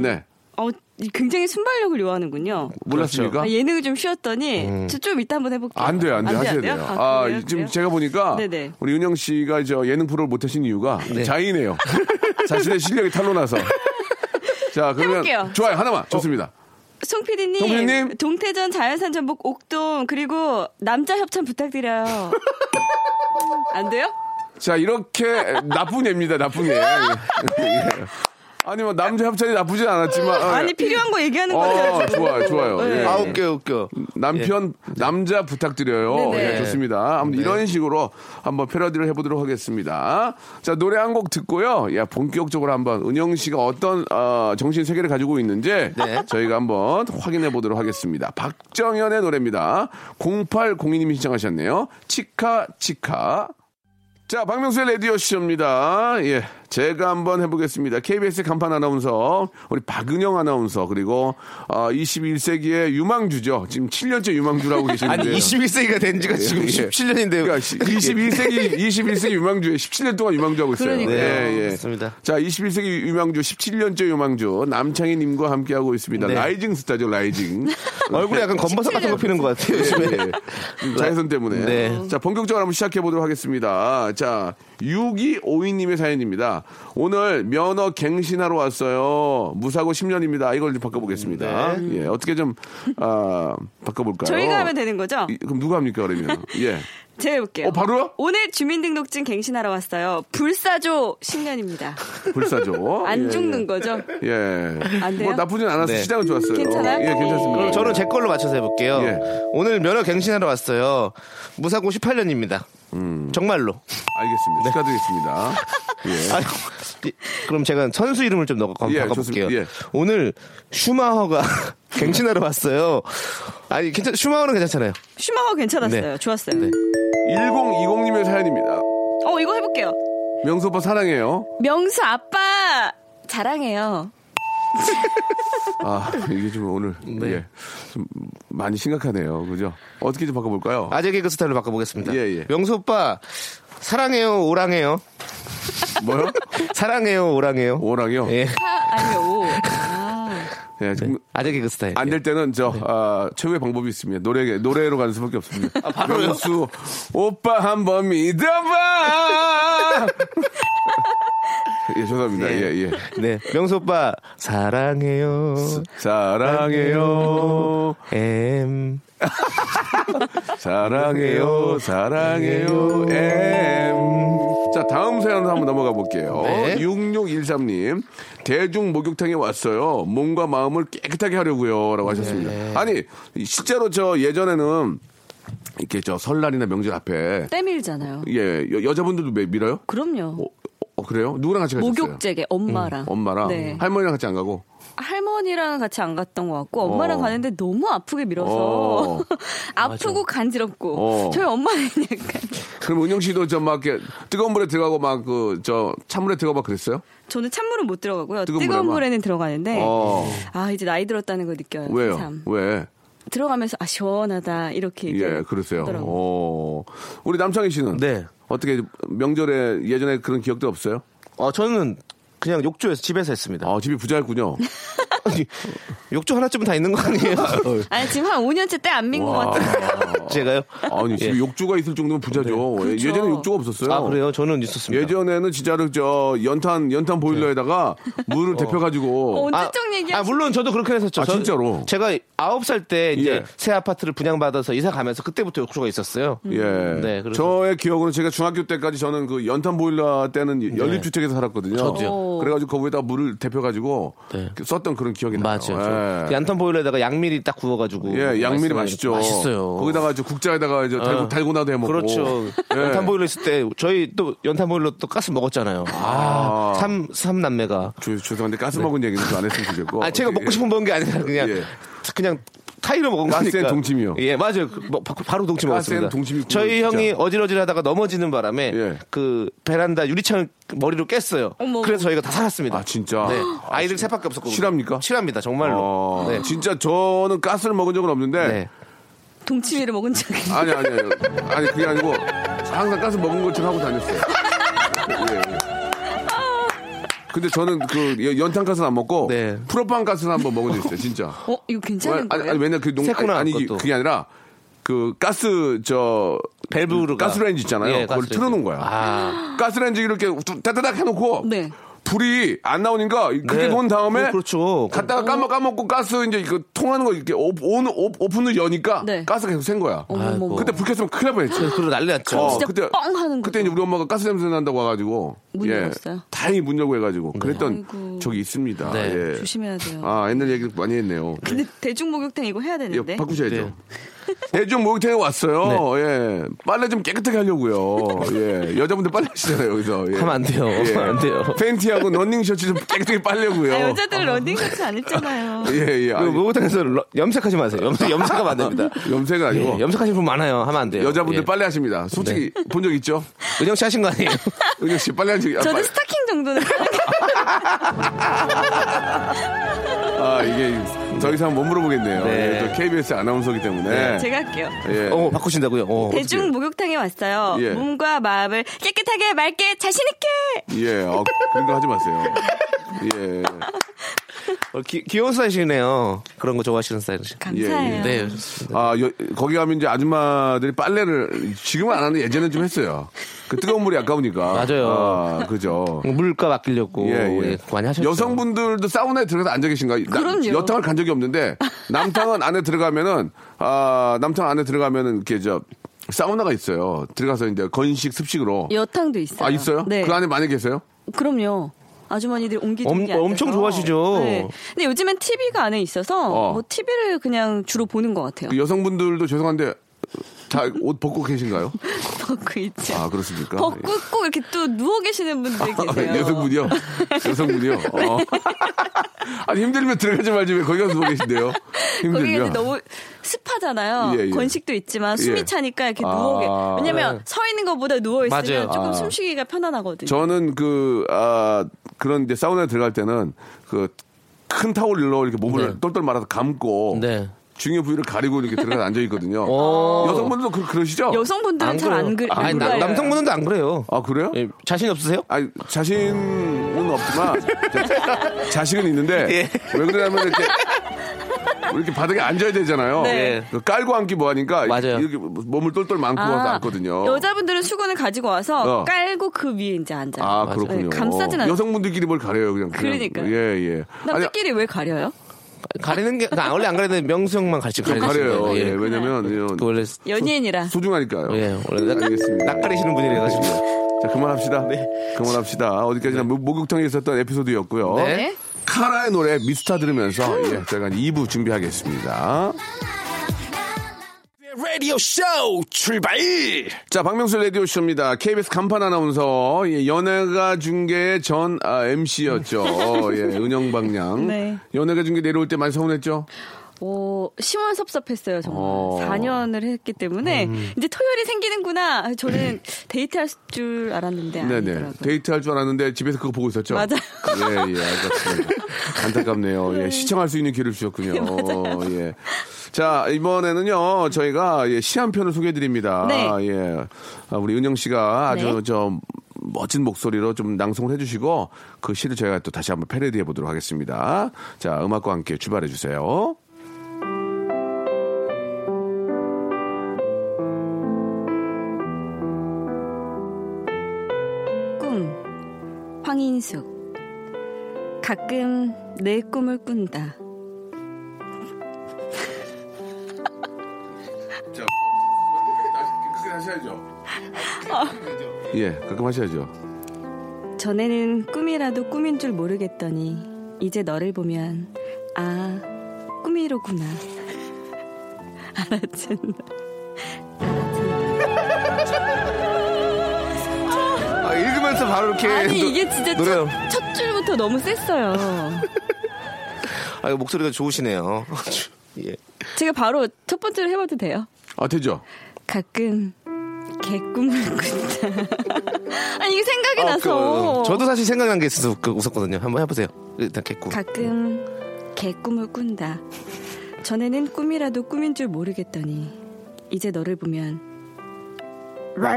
Speaker 1: 네,
Speaker 3: 어, 이 굉장히 순발력을 요하는군요.
Speaker 1: 몰랐습니까?
Speaker 3: 아, 예능을 좀 쉬었더니 저 좀 이따 한번 해볼게요.
Speaker 1: 음. 안 돼요, 안 돼요. 하셔야 돼요.
Speaker 3: 아, 그래요?
Speaker 1: 지금
Speaker 3: 그래요?
Speaker 1: 제가 보니까
Speaker 3: 네네.
Speaker 1: 우리 은영 씨가 저 예능 프로를 못하신 이유가 자의네요. 자신의 실력이 탄로나서. 자, 그러면
Speaker 3: 해볼게요.
Speaker 1: 좋아요. 하나만. 좋습니다.
Speaker 3: 송 PD님,
Speaker 1: 송 PD님.
Speaker 3: 동태전 자연산 전복 옥돔 그리고 남자 협찬 부탁드려요. 안 돼요?
Speaker 1: 자, 이렇게 나쁜 애입니다, 나쁜 애. 예. 아니, 뭐, 남자 협찬이 나쁘진 않았지만. 어,
Speaker 3: 아니 필요한 거 얘기하는 거죠. 네.
Speaker 1: 어, 좋아, 좋아요. 예.
Speaker 4: 아, 웃겨, 웃겨.
Speaker 1: 남편, 남자 부탁드려요.
Speaker 3: 네네.
Speaker 1: 예, 좋습니다. 아무튼 이런 식으로 한번 패러디를 해보도록 하겠습니다. 자, 노래 한 곡 듣고요. 야, 본격적으로 한번 은영 씨가 어떤 어, 정신 세계를 가지고 있는지 저희가 한번 확인해 보도록 하겠습니다. 박정현의 노래입니다. 0802님이 신청하셨네요. 치카, 치카. 자, 박명수의 라디오쇼입니다. 예. 제가 한번 해보겠습니다. KBS 간판 아나운서, 우리 박은영 아나운서, 그리고, 어, 21세기의 유망주죠. 지금 7년째 유망주라고 계시는데.
Speaker 4: 아니, 21세기가 된 지가 지금
Speaker 1: 예.
Speaker 4: 17년인데요.
Speaker 1: 그러니까 21세기, 21세기 유망주에 17년 동안 유망주하고 있어요.
Speaker 3: 그러니까요.
Speaker 1: 예, 예.
Speaker 4: 맞습니다.
Speaker 1: 자, 21세기 유망주, 17년째 유망주, 남창희님과 함께하고 있습니다.
Speaker 4: 네.
Speaker 1: 라이징 스타죠, 라이징.
Speaker 4: 얼굴에 약간 건버섯 같은 거 피는 것 같아요, 요즘에.
Speaker 1: 음, 자외선 때문에.
Speaker 4: 네.
Speaker 1: 자, 본격적으로 한번 시작해 보도록 하겠습니다. 자, 6252님의 사연입니다. 오늘 면허 갱신하러 왔어요. 무사고 10년입니다. 이걸 좀 바꿔보겠습니다.
Speaker 4: 네.
Speaker 1: 예, 어떻게 좀, 아, 바꿔볼까요?
Speaker 3: 저희가 하면 되는 거죠?
Speaker 1: 이- 그럼 누가 합니까, 그러면? 예.
Speaker 3: 제가 해볼게요.
Speaker 1: 어, 바로요?
Speaker 3: 오늘 주민등록증 갱신하러 왔어요. 불사조 10년입니다.
Speaker 1: 불사조.
Speaker 3: 안
Speaker 1: 예,
Speaker 3: 죽는 거죠?
Speaker 1: 예.
Speaker 3: 안 돼요?
Speaker 1: 뭐 나쁘진 않았어요.
Speaker 4: 네.
Speaker 1: 시작은 좋았어요.
Speaker 3: 괜찮아요?
Speaker 1: 예, 괜찮습니다.
Speaker 4: 그럼 저는 제 걸로 맞춰서 해볼게요.
Speaker 1: 예.
Speaker 4: 오늘 면허 갱신하러 왔어요. 무사고 18년입니다. 정말로.
Speaker 1: 알겠습니다.
Speaker 4: 네.
Speaker 1: 축하드리겠습니다. 음. 예.
Speaker 4: 아유, 이- 그럼 제가 선수 이름을 좀 넣고 한번
Speaker 1: 예,
Speaker 4: 바꿔볼게요.
Speaker 1: 좋습니다. 예.
Speaker 4: 오늘 슈마허가 갱신하러 왔어요. 아니 괜찮 슈마허는 괜찮잖아요.
Speaker 3: 슈마허 괜찮았어요.
Speaker 4: 네.
Speaker 3: 좋았어요.
Speaker 4: 네.
Speaker 1: 1020님의 사연입니다.
Speaker 3: 어, 이거 해볼게요.
Speaker 1: 명수 오빠 사랑해요.
Speaker 3: 명수 아빠 자랑해요.
Speaker 1: 아, 이게 좀 오늘 예, 좀 많이 심각하네요. 그죠? 어떻게 좀 바꿔볼까요?
Speaker 4: 아재 개그 스타일로 바꿔보겠습니다.
Speaker 1: 예, 예.
Speaker 4: 명수 오빠 사랑해요 오랑해요
Speaker 1: 뭐요?
Speaker 4: 사랑해요 오랑해요.
Speaker 1: 오랑이요?
Speaker 4: 예.
Speaker 3: 아니요. 오. 아.
Speaker 1: 예, 지금
Speaker 4: 아재 개그 스타일.
Speaker 1: 안 될 때는 저 아, 최후의 방법이 있습니다. 노래 노래로 가는 수밖에 없습니다. 바로요? 명수 오빠 한 번 믿어봐. 예, 죄송합니다.
Speaker 4: 네.
Speaker 1: 예, 예.
Speaker 4: 네. 명수 오빠 사랑해요.
Speaker 1: 사랑해요,
Speaker 4: 엠.
Speaker 1: 사랑해요, 사랑해요, 엠. 자, 다음 사연으로 한번 넘어가 볼게요.
Speaker 4: 네.
Speaker 1: 6613님, 대중 목욕탕에 왔어요. 몸과 마음을 깨끗하게 하려고요. 라고 하셨습니다. 아니, 실제로 저 예전에는 이렇게 저 설날이나 명절 앞에
Speaker 3: 때밀잖아요.
Speaker 1: 예, 여, 여자분들도 매- 밀어요?
Speaker 3: 그럼요.
Speaker 1: 어, 어, 그래요? 누구랑 같이 가셨어요? 음,
Speaker 3: 목욕제게 엄마랑.
Speaker 1: 엄마랑
Speaker 3: 네.
Speaker 1: 할머니랑 같이 안 가고
Speaker 3: 할머니랑 같이 안 갔던 것 같고 엄마랑
Speaker 1: 어.
Speaker 3: 가는데 너무 아프게 밀어서
Speaker 1: 어.
Speaker 3: 아프고 간지럽고
Speaker 1: 어.
Speaker 3: 저희 엄마는 약간
Speaker 1: 그럼 은영 씨도 저 막 이렇게 뜨거운 물에 들어가고 막 그 저 찬물에 들어가 막 그랬어요?
Speaker 3: 저는 찬물은 못 들어가고요
Speaker 1: 뜨거운
Speaker 3: 뜨거운,
Speaker 1: 물에만?
Speaker 3: 물에는 들어가는데
Speaker 1: 어.
Speaker 3: 아 이제 나이 들었다는 걸 느껴요
Speaker 1: 왜요?
Speaker 3: 참.
Speaker 1: 왜?
Speaker 3: 들어가면서 아 시원하다 이렇게
Speaker 1: 예, 그러세요.
Speaker 3: 하더라고요.
Speaker 1: 어. 우리 남창희 씨는
Speaker 4: 네.
Speaker 1: 어떻게 명절에 예전에 그런 기억도 없어요?
Speaker 4: 어 저는 그냥 욕조에서 집에서 했습니다.
Speaker 1: 아, 집이 부자였군요.
Speaker 4: 아니, 욕조 하나쯤은 다 있는 거 아니에요?
Speaker 3: 아니 지금 한 5년째 때 안 민 것
Speaker 1: 와.
Speaker 3: 같아요
Speaker 4: 제가요?
Speaker 1: 아니, 집에
Speaker 4: 예. 네,
Speaker 1: 욕조가 있을 정도면 부자죠. 예,
Speaker 3: 그렇죠.
Speaker 1: 예전에 욕조가 없었어요.
Speaker 4: 아 그래요? 저는 있었습니다.
Speaker 1: 예전에는 진짜로 저 연탄 연탄 보일러에다가
Speaker 4: 네. 어.
Speaker 1: 물을 데펴 가지고
Speaker 3: 언제적 얘기야
Speaker 4: 아 물론 저도 그렇게 했었죠.
Speaker 1: 아,
Speaker 4: 저-
Speaker 1: 진짜로?
Speaker 4: 제가 아홉 살 때 이제
Speaker 1: 예.
Speaker 4: 새 아파트를 분양받아서 이사 가면서 그때부터 욕조가 있었어요.
Speaker 1: 예.
Speaker 4: 네, 그래서-
Speaker 1: 저의 기억으로 제가 중학교 때까지 저는 그 연탄 보일러 때는 연립주택에서 살았거든요.
Speaker 4: 네.
Speaker 3: 어.
Speaker 4: 저도요.
Speaker 1: 그래가지고 거기다 물을 데펴가지고
Speaker 4: 네.
Speaker 1: 썼던 그런 기억이
Speaker 4: 맞아요.
Speaker 1: 나요.
Speaker 4: 저
Speaker 1: 예.
Speaker 4: 양탄 보일러에다가 양미리 딱 구워가지고.
Speaker 1: 예, 양미리
Speaker 4: 말씀해-
Speaker 1: 맛있죠.
Speaker 4: 맛있어요.
Speaker 1: 거기다가 저 국자에다가 이제 달고,
Speaker 4: 어.
Speaker 1: 달고나도 해 먹고.
Speaker 4: 그렇죠.
Speaker 1: 예.
Speaker 4: 연탄 보일러 있을 때 저희 또 연탄 보일러 또 가스 먹었잖아요. 아,
Speaker 1: 아.
Speaker 4: 삼, 삼 남매가.
Speaker 1: 죄- 죄송한데 가스 먹은 얘기는 좀안 했으면 좋겠고.
Speaker 4: 아, 제가 먹고 싶은 먹은 게 아니라 그냥
Speaker 1: 뭐, 예.
Speaker 4: 그냥 타이로 먹은
Speaker 1: 가스엔
Speaker 4: 거니까.
Speaker 1: 동치미요.
Speaker 4: 예, 맞아요. 그, 뭐, 바- 바로 동치
Speaker 1: 가스엔
Speaker 4: 먹었습니다.
Speaker 1: 동치미 국물
Speaker 4: 저희
Speaker 1: 진짜.
Speaker 4: 형이 어질어질하다가 넘어지는 바람에
Speaker 1: 예.
Speaker 4: 그 베란다 유리창을 머리로 깼어요.
Speaker 3: 어머.
Speaker 4: 그래서 저희가 다 살았습니다.
Speaker 1: 아, 진짜?
Speaker 4: 네. 아이들 셋밖에 없었고.
Speaker 1: 실합니까?
Speaker 4: 실합니다. 정말로.
Speaker 1: 어,
Speaker 4: 네.
Speaker 1: 진짜 저는 가스를 먹은 적은 없는데.
Speaker 4: 네.
Speaker 3: 동치미를 먹은 적이
Speaker 1: 아니, 아니, 아니. 아니, 그게 아니고 항상 가스 먹은 것처럼 하고 다녔어요. 예, 예. 근데 저는 그 연- 연탄 가스는 안 먹고
Speaker 4: 네.
Speaker 1: 프로판 가스는 한번 먹은 적 있어요, 진짜.
Speaker 3: 어 이거 괜찮은
Speaker 1: 아니,
Speaker 3: 거예요?
Speaker 1: 아니 왜냐 그 농,
Speaker 4: 새콤한
Speaker 1: 아니, 아니
Speaker 4: 것도.
Speaker 1: 그게 아니라 그 가스 저
Speaker 4: 밸브가.
Speaker 1: 가스레인지 있잖아요.
Speaker 4: 예,
Speaker 1: 그걸
Speaker 4: 가스레인지.
Speaker 1: 틀어놓은 거야.
Speaker 4: 아.
Speaker 1: 가스레인지 이렇게 뚜- 따다닥 해놓고
Speaker 3: 네.
Speaker 1: 불이 안 나오니까 그게
Speaker 4: 네.
Speaker 1: 돈 다음에
Speaker 4: 어, 그렇죠.
Speaker 1: 갔다가 까먹 까먹고 가스 이제 그 통하는 거 이렇게 오, 오, 오, 오픈을 여니까
Speaker 3: 네.
Speaker 1: 가스가 계속 샌 거야.
Speaker 4: 아이고.
Speaker 1: 그때 불 켰으면 큰일 날뻔했지.
Speaker 4: 그래서 그러고 난리 났죠.
Speaker 1: 어,
Speaker 3: 그렇죠. 진짜
Speaker 1: 그때
Speaker 3: 뻥 하는 거죠.
Speaker 1: 그때 이제 우리 엄마가 가스 냄새 난다고 와가지고 예.
Speaker 3: 문 열었어요? 네.
Speaker 1: 다행히 문 열고 해가지고 그랬던
Speaker 3: 아이고.
Speaker 1: 적이 있습니다.
Speaker 4: 네.
Speaker 1: 예.
Speaker 3: 조심해야 돼요.
Speaker 1: 아 옛날 얘기 많이 했네요.
Speaker 3: 근데 대중 목욕탕 이거 해야
Speaker 1: 예,
Speaker 3: 되는데.
Speaker 1: 바꾸셔야죠.
Speaker 4: 네.
Speaker 1: 대중 목욕탕에 왔어요. 예. 빨래 좀 깨끗하게 하려고요. 예. 여자분들 빨래 하시잖아요, 여기서. 예.
Speaker 4: 하면 안 돼요. 안 돼요.
Speaker 1: 팬티하고 런닝 셔츠 좀 깨끗하게 빨려고요.
Speaker 3: 아, 여자들 러닝 같이 안 했잖아요.
Speaker 1: 예, 예.
Speaker 4: 그
Speaker 1: 아니,
Speaker 4: 목욕탕에서 러- 염색하지 마세요. 염색 염색하면 안 됩니다.
Speaker 1: 염색 아니고.
Speaker 4: 예, 염색하시는 분 많아요. 하면 안 돼요.
Speaker 1: 여자분들
Speaker 4: 예. 네.
Speaker 1: 빨래 하십니다. 솔직히 본 적 있죠?
Speaker 4: 은영 씨 하신 거 아니에요?
Speaker 1: 은혁 씨 빨래 한 적이 아,
Speaker 3: 저는
Speaker 1: 빨-
Speaker 3: 스타킹 정도는
Speaker 1: 아, 이게 더 이상 못 물어보겠네요.
Speaker 4: 네.
Speaker 1: 예, 저 KBS 아나운서기 때문에.
Speaker 3: 제가 할게요.
Speaker 1: 예.
Speaker 4: 어 바꾸신다고요. 어.
Speaker 3: 대중 목욕탕에 왔어요.
Speaker 1: 예.
Speaker 3: 몸과 마음을 깨끗하게 맑게 자신 있게.
Speaker 1: 예. 어, 그런 거 하지 마세요. 예.
Speaker 4: 어, 기, 귀여운 스타일이시네요. 그런 거 좋아하시는 스타일이시.
Speaker 1: 예.
Speaker 3: 감사해요.
Speaker 4: 네, 좋습니다.
Speaker 1: 아, 여- 거기 가면 이제 아줌마들이 빨래를 지금은 안 하는데 예전엔 좀 했어요. 그 뜨거운 물이 아까우니까.
Speaker 4: 맞아요.
Speaker 1: 아, 그죠.
Speaker 4: 물값 아끼려고 예, 많이 하셨죠.
Speaker 1: 여성분들도 사우나에 들어가서 앉아 계신가? 나-
Speaker 3: 그럼요.
Speaker 1: 여탕을 간 적이 없는데 남탕은 안에 들어가면은 아 남탕 안에 들어가면은 이렇게 저 사우나가 있어요. 들어가서 이제 건식 습식으로.
Speaker 3: 여탕도 예, 있어요.
Speaker 1: 아 있어요?
Speaker 3: 네.
Speaker 1: 그 안에 많이 계세요?
Speaker 3: 그럼요. 아주머니들이 옮기기
Speaker 4: 엄- 엄청 좋아하시죠?
Speaker 3: 어, 네. 근데 요즘엔 TV가 안에 있어서
Speaker 1: 어.
Speaker 3: 뭐 TV를 그냥 주로 보는 것 같아요.
Speaker 1: 그 여성분들도 죄송한데 다 옷 벗고 계신가요?
Speaker 3: 벗고 있죠.
Speaker 1: 아 그렇습니까? 아,
Speaker 3: 벗고 꼭 이렇게 또 누워 계시는 분들 계세요. 네.
Speaker 1: 여성분이요? 여성분이요? 어. 아니, 힘들면 들어가지 말지 왜 거기 가서 누워 계신데요?
Speaker 3: 거기 이제
Speaker 1: 힘들면.
Speaker 3: 너무 습하잖아요.
Speaker 1: 예, 예.
Speaker 3: 건식도 있지만 숨이
Speaker 1: 예.
Speaker 3: 차니까 이렇게
Speaker 1: 아,
Speaker 3: 누워 계. 왜냐면
Speaker 4: 네.
Speaker 3: 서 있는 것보다 누워 있으면
Speaker 4: 맞아요.
Speaker 3: 조금
Speaker 1: 아.
Speaker 3: 숨쉬기가 편안하거든요.
Speaker 1: 저는 그, 아, 그런 이제 사우나에 들어갈 때는 그 큰 타올로 이렇게 몸을
Speaker 4: 네.
Speaker 1: 똘똘 말아서 감고
Speaker 4: 네.
Speaker 1: 중요 부위를 가리고 이렇게 들어가서 앉아 있거든요.
Speaker 4: 어.
Speaker 1: 여성분들도 그, 그러시죠?
Speaker 3: 여성분들은 잘 안 그래.
Speaker 4: 아니, 나- 남성분은 안 그래요.
Speaker 1: 아, 그래요?
Speaker 4: 예, 자신 없으세요?
Speaker 1: 아니, 자신은 없지만 자- 자식은 있는데
Speaker 3: 예.
Speaker 1: 왜 그러냐면 이렇게 뭐 이렇게 바닥에 앉아야 되잖아요.
Speaker 3: 네.
Speaker 1: 그 깔고 앉기 뭐하니까
Speaker 4: 맞아요.
Speaker 1: 이렇게 몸을 똘똘 많고
Speaker 3: 아,
Speaker 1: 앉거든요.
Speaker 3: 여자분들은 수건을 가지고 와서
Speaker 1: 어.
Speaker 3: 깔고 그 위에 이제 앉아요.
Speaker 1: 아 그렇군요.
Speaker 3: 네, 감싸진
Speaker 1: 어,
Speaker 3: 않아요.
Speaker 1: 여성분들끼리 뭘 가려요 그냥. 그냥.
Speaker 3: 그러니까요.
Speaker 1: 예 예. 아니
Speaker 3: 남자끼리 왜 가려요?
Speaker 4: 가리는 게 아, 원래 안 가리는 명수 형만 같이
Speaker 1: 좀
Speaker 4: 네, 가리는
Speaker 1: 가려요.
Speaker 4: 거예요.
Speaker 1: 예. 왜냐면
Speaker 4: 그
Speaker 1: 이거
Speaker 4: 원래
Speaker 3: 연예인이라.
Speaker 1: 소중하니까요.
Speaker 4: 예 원래 낯-
Speaker 1: 알겠습니다.
Speaker 4: 낯가리시는 분이라 가지고.
Speaker 1: 자 그만합시다.
Speaker 3: 네.
Speaker 1: 그만합시다. 어디까지나 목- 목욕탕에 있었던
Speaker 3: 어?
Speaker 1: 에피소드였고요.
Speaker 4: 네.
Speaker 1: 카라의 노래 미스터 들으면서
Speaker 2: 음.
Speaker 1: 예, 저희가 2부 준비하겠습니다.
Speaker 2: 라디오 쇼 출발!
Speaker 1: 자, 박명수 라디오 쇼입니다. KBS 간판 아나운서 예, 연예가 중계 전 MC였죠. 예, 은영방량.
Speaker 3: 네.
Speaker 1: 연예가 중계 내려올 때 많이 서운했죠.
Speaker 3: 어, 시원섭섭했어요, 정말.
Speaker 1: 어. 음.
Speaker 3: 4년을 했기 때문에 이제 토요일이 생기는구나. 아, 저는 데이트할 줄 알았는데
Speaker 1: 네네.
Speaker 3: 아니더라고요.
Speaker 1: 데이트할 줄 알았는데 집에서 그거 보고 있었죠.
Speaker 3: 맞아요.
Speaker 1: 예, 예, 알겠습니다. 안타깝네요. 예, 시청할 수 있는 기회를 주셨군요.
Speaker 3: 네,
Speaker 1: 예. 자, 이번에는요, 저희가 예, 시 한 편을 소개해드립니다.
Speaker 3: 네.
Speaker 1: 예. 아, 우리 은영 씨가 아주
Speaker 3: 네.
Speaker 1: 좀 멋진 목소리로 좀 낭송을 해주시고 그 시를 저희가 또 다시 한번 패러디해 보도록 하겠습니다. 자, 음악과 함께 출발해 주세요.
Speaker 3: 꿈 황인숙 가끔 내 꿈을 꾼다
Speaker 1: 다시 하죠. 예, 가끔 하셔야죠.
Speaker 3: 전에는 꿈이라도 꿈인 줄 모르겠더니 이제 너를 보면 아 꿈이로구나 알아챈다
Speaker 4: 아, 읽으면서 바로 이렇게
Speaker 3: 아니
Speaker 4: 노-
Speaker 3: 이게 진짜
Speaker 4: 노래요.
Speaker 3: 첫, 첫 줄부터 너무 셌어요
Speaker 4: 아, 이거 목소리가 좋으시네요. 예.
Speaker 3: 제가 바로 첫 번째로 해봐도 돼요?
Speaker 1: 아, 되죠?
Speaker 3: 가끔 개꿈을 꾼다 아니 이게 생각이
Speaker 4: 아,
Speaker 3: 나서
Speaker 4: 그, 저도 사실 생각난 게 있어서 그 웃었거든요. 한번 해보세요. 일단 개꿈.
Speaker 3: 가끔 개꿈을 꾼다. 전에는 꿈이라도 꿈인 줄 모르겠더니 이제 너를 보면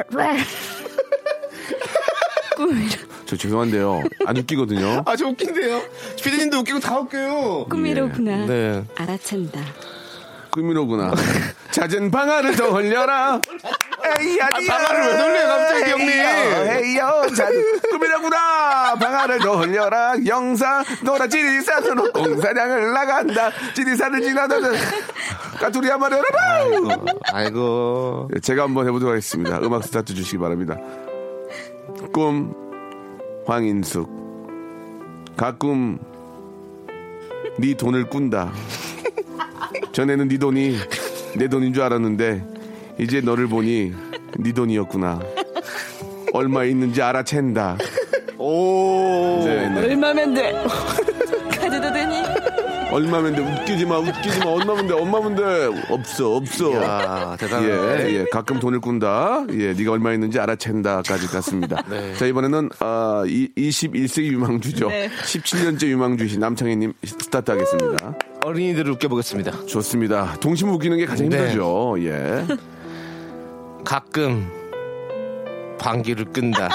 Speaker 3: 꿈이라,
Speaker 1: 저 죄송한데요. 안 웃기거든요.
Speaker 4: 아, 저 웃긴데요. 피디님도 웃기고 다 웃겨요.
Speaker 3: 꿈이로구나.
Speaker 4: 네.
Speaker 3: 알아챈다.
Speaker 1: 꿈이로구나. 잦은 방아를 더 흘려라. 에이야, 어,
Speaker 4: 방아를 왜 돌려요, 갑자기, 형님?
Speaker 1: 에이요, 잦은 꿈이라구나. 방아를 더 흘려라. 영상, 노라 지리산으로 공사장을 나간다. 지리산을 지나다. 까투리 한 마리 열어라.
Speaker 4: 아이고.
Speaker 1: 예, 제가 한번 해보도록 하겠습니다. 음악 스타트 주시기 바랍니다. 꿈 황인숙 가끔 네 돈을 꾼다. 전에는 네 돈이 내 돈인 줄 알았는데 이제 너를 보니 네 돈이었구나. 얼마 있는지 알아챈다.
Speaker 4: 오.
Speaker 1: 네, 네.
Speaker 3: 얼마면 돼? 가져도 되니?
Speaker 1: 얼마면 돼? 웃기지 마, 웃기지 마. 얼마면 돼? 얼마면 돼? 없어, 없어.
Speaker 4: 야, 아, 대단하네.
Speaker 1: 예, 예. 가끔 돈을 꾼다. 예, 네가 얼마 있는지 알아챈다까지 갔습니다.
Speaker 4: 네.
Speaker 1: 자, 이번에는 아, 이, 21세기 유망주죠.
Speaker 3: 네.
Speaker 1: 17년째 유망주이신 남창희님 스타트 하겠습니다.
Speaker 4: 어린이들을 웃겨보겠습니다.
Speaker 1: 좋습니다. 동심 웃기는 게 가장
Speaker 4: 네.
Speaker 1: 힘들죠. 예.
Speaker 4: 가끔 방귀를 끈다.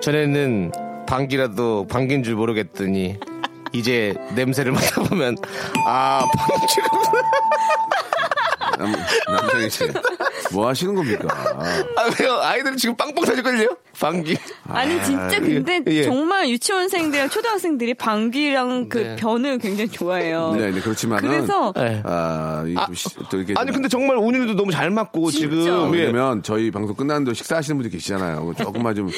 Speaker 4: 전에는 방귀라도 방귀인 줄 모르겠더니 이제 냄새를 맡아보면 아 방귀구나.
Speaker 1: 남, 남창희 씨. 뭐 하시는 겁니까?
Speaker 4: 아, 왜요? 아이들은 지금 빵빵 터질걸요? 방귀.
Speaker 3: 아니 진짜 근데
Speaker 4: 예, 예.
Speaker 3: 정말 유치원생들, 초등학생들이 방귀랑 그
Speaker 4: 네.
Speaker 3: 변을 굉장히 좋아해요.
Speaker 1: 네, 네, 그렇지만은.
Speaker 3: 어. 그래서
Speaker 4: 예.
Speaker 1: 아, 이,
Speaker 4: 아,
Speaker 1: 시- 또 이렇게 아,
Speaker 4: 아니 근데 정말 온유도 너무 잘 맞고
Speaker 3: 진짜.
Speaker 4: 지금 예.
Speaker 1: 왜냐면 저희 방송 끝나는 데 식사하시는 분들 계시잖아요. 조금만 좀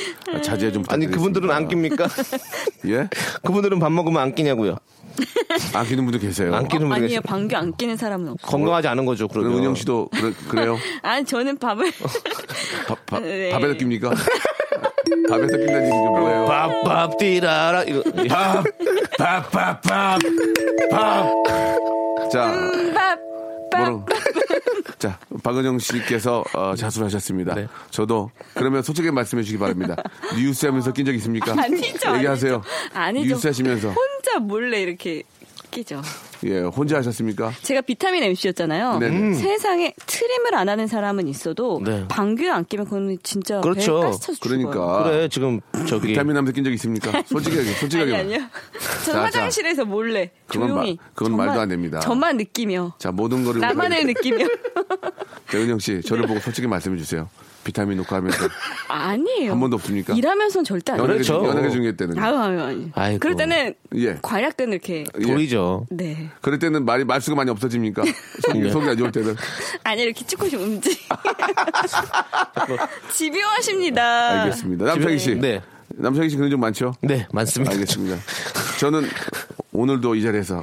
Speaker 1: 자제 좀 부탁드립니다.
Speaker 4: 예. 아니 그분들은 안 낍니까?
Speaker 1: 예?
Speaker 4: 그분들은 밥 먹으면 안 끼냐고요?
Speaker 1: 안 끼는 분들 계세요.
Speaker 4: 안 끼는 분들
Speaker 3: 어,
Speaker 4: 계시-
Speaker 3: 아니에요 방귀 안 끼는 사람은 없어.
Speaker 4: 건강하지 않은 거죠. 그러면
Speaker 1: 그럼 은영 씨도 그래, 요
Speaker 3: 아니 저는
Speaker 4: 어,
Speaker 3: 밥을
Speaker 4: 그렇죠.
Speaker 1: 밥, 밥,
Speaker 3: 네.
Speaker 1: 밥에다 낍니까? 밥에다 낀다는 얘기가 뭐예요?
Speaker 4: 밥밥 뛰라라 이거 예.
Speaker 1: 자,
Speaker 3: 밥
Speaker 1: 뭐로- 자, 박은영 씨께서 어, 자수하셨습니다.
Speaker 4: 네.
Speaker 1: 저도 그러면 솔직히 말씀해 주시기 바랍니다. 뉴스 하면서 낀 적 있습니까?
Speaker 3: 아니죠.
Speaker 1: 얘기하세요.
Speaker 3: 아니죠. 아니죠.
Speaker 1: 뉴스 하시면서
Speaker 3: 혼자 몰래 이렇게 끼죠.
Speaker 1: 예, 혼자 하셨습니까?
Speaker 3: 제가 비타민 MC였잖아요.
Speaker 1: 네네. 음.
Speaker 3: 세상에 트림을 안 하는 사람은 있어도
Speaker 4: 네.
Speaker 3: 방귀를 안 끼면 그건 진짜
Speaker 4: 그렇죠.
Speaker 3: 배에 가스 쳐서 죽어요.
Speaker 1: 그러니까
Speaker 4: 그래 지금 저기
Speaker 1: 비타민 하면서 낀 적 있습니까? 솔직하게, 솔직하게.
Speaker 3: 아니 아니요. 전
Speaker 1: 자.
Speaker 3: 화장실에서 몰래
Speaker 1: 그건
Speaker 3: 조용히.
Speaker 1: 말- 그건
Speaker 3: 저만-
Speaker 1: 말도 안 됩니다.
Speaker 3: 저만 느끼며
Speaker 1: 자, 모든 거를
Speaker 3: 나만의 느끼며
Speaker 1: 자, 은영 씨, 저를 보고 솔직히 말씀해 주세요. 비타민 녹화하면서
Speaker 3: 아니에요.
Speaker 1: 한 번도 없습니까?
Speaker 3: 일하면서는 절대 안 해요.
Speaker 1: 연예계 중-
Speaker 4: 그렇죠.
Speaker 1: 연예계 중에 때는
Speaker 3: 아유 아유 아유.
Speaker 4: 아이고.
Speaker 3: 그럴 때는
Speaker 1: 예.
Speaker 3: 과략근 이렇게
Speaker 1: 예.
Speaker 4: 돌이죠.
Speaker 3: 네.
Speaker 1: 그럴 때는 말이 말수가 많이 없어집니까? 속이,
Speaker 4: 예.
Speaker 1: 속이 안 좋을 때는
Speaker 3: 아니 이렇게 조금씩 움직. 집요하십니다.
Speaker 1: 알겠습니다. 남창희 씨,
Speaker 4: 아, 네.
Speaker 1: 남창희 씨 근육 좀 많죠?
Speaker 4: 네 맞습니다.
Speaker 1: 알겠습니다. 저는 오늘도 이 자리에서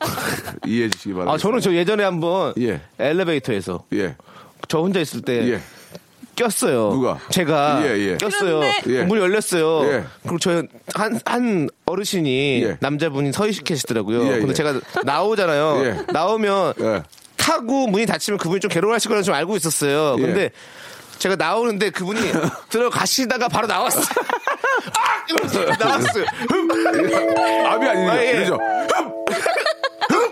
Speaker 1: 이해해 주시기 바랍니다.
Speaker 4: 아 저는 저 예전에 한번
Speaker 1: 예.
Speaker 4: 엘리베이터에서
Speaker 1: 예,
Speaker 4: 저 혼자 있을 때
Speaker 1: 예.
Speaker 4: 꼈어요.
Speaker 1: 누가?
Speaker 4: 제가
Speaker 1: 예, 예.
Speaker 4: 꼈어요.
Speaker 1: 그런데- 예.
Speaker 4: 문 열렸어요.
Speaker 1: 예.
Speaker 4: 그리고 저한한 한 어르신이
Speaker 1: 예.
Speaker 4: 남자분이 서 계시더라고요.
Speaker 1: 예,
Speaker 4: 근데
Speaker 1: 예.
Speaker 4: 제가 나오잖아요.
Speaker 1: 예.
Speaker 4: 나오면
Speaker 1: 예.
Speaker 4: 타고 문이 닫히면 그분이 좀 괴로워하실 거라는 좀 알고 있었어요.
Speaker 1: 예.
Speaker 4: 근데 제가 나오는데 그분이 들어가시다가 바로 나왔어요. 아! 이러면서 나왔어요.
Speaker 1: 압이 아니죠?
Speaker 4: 아, 예.
Speaker 1: 그렇죠?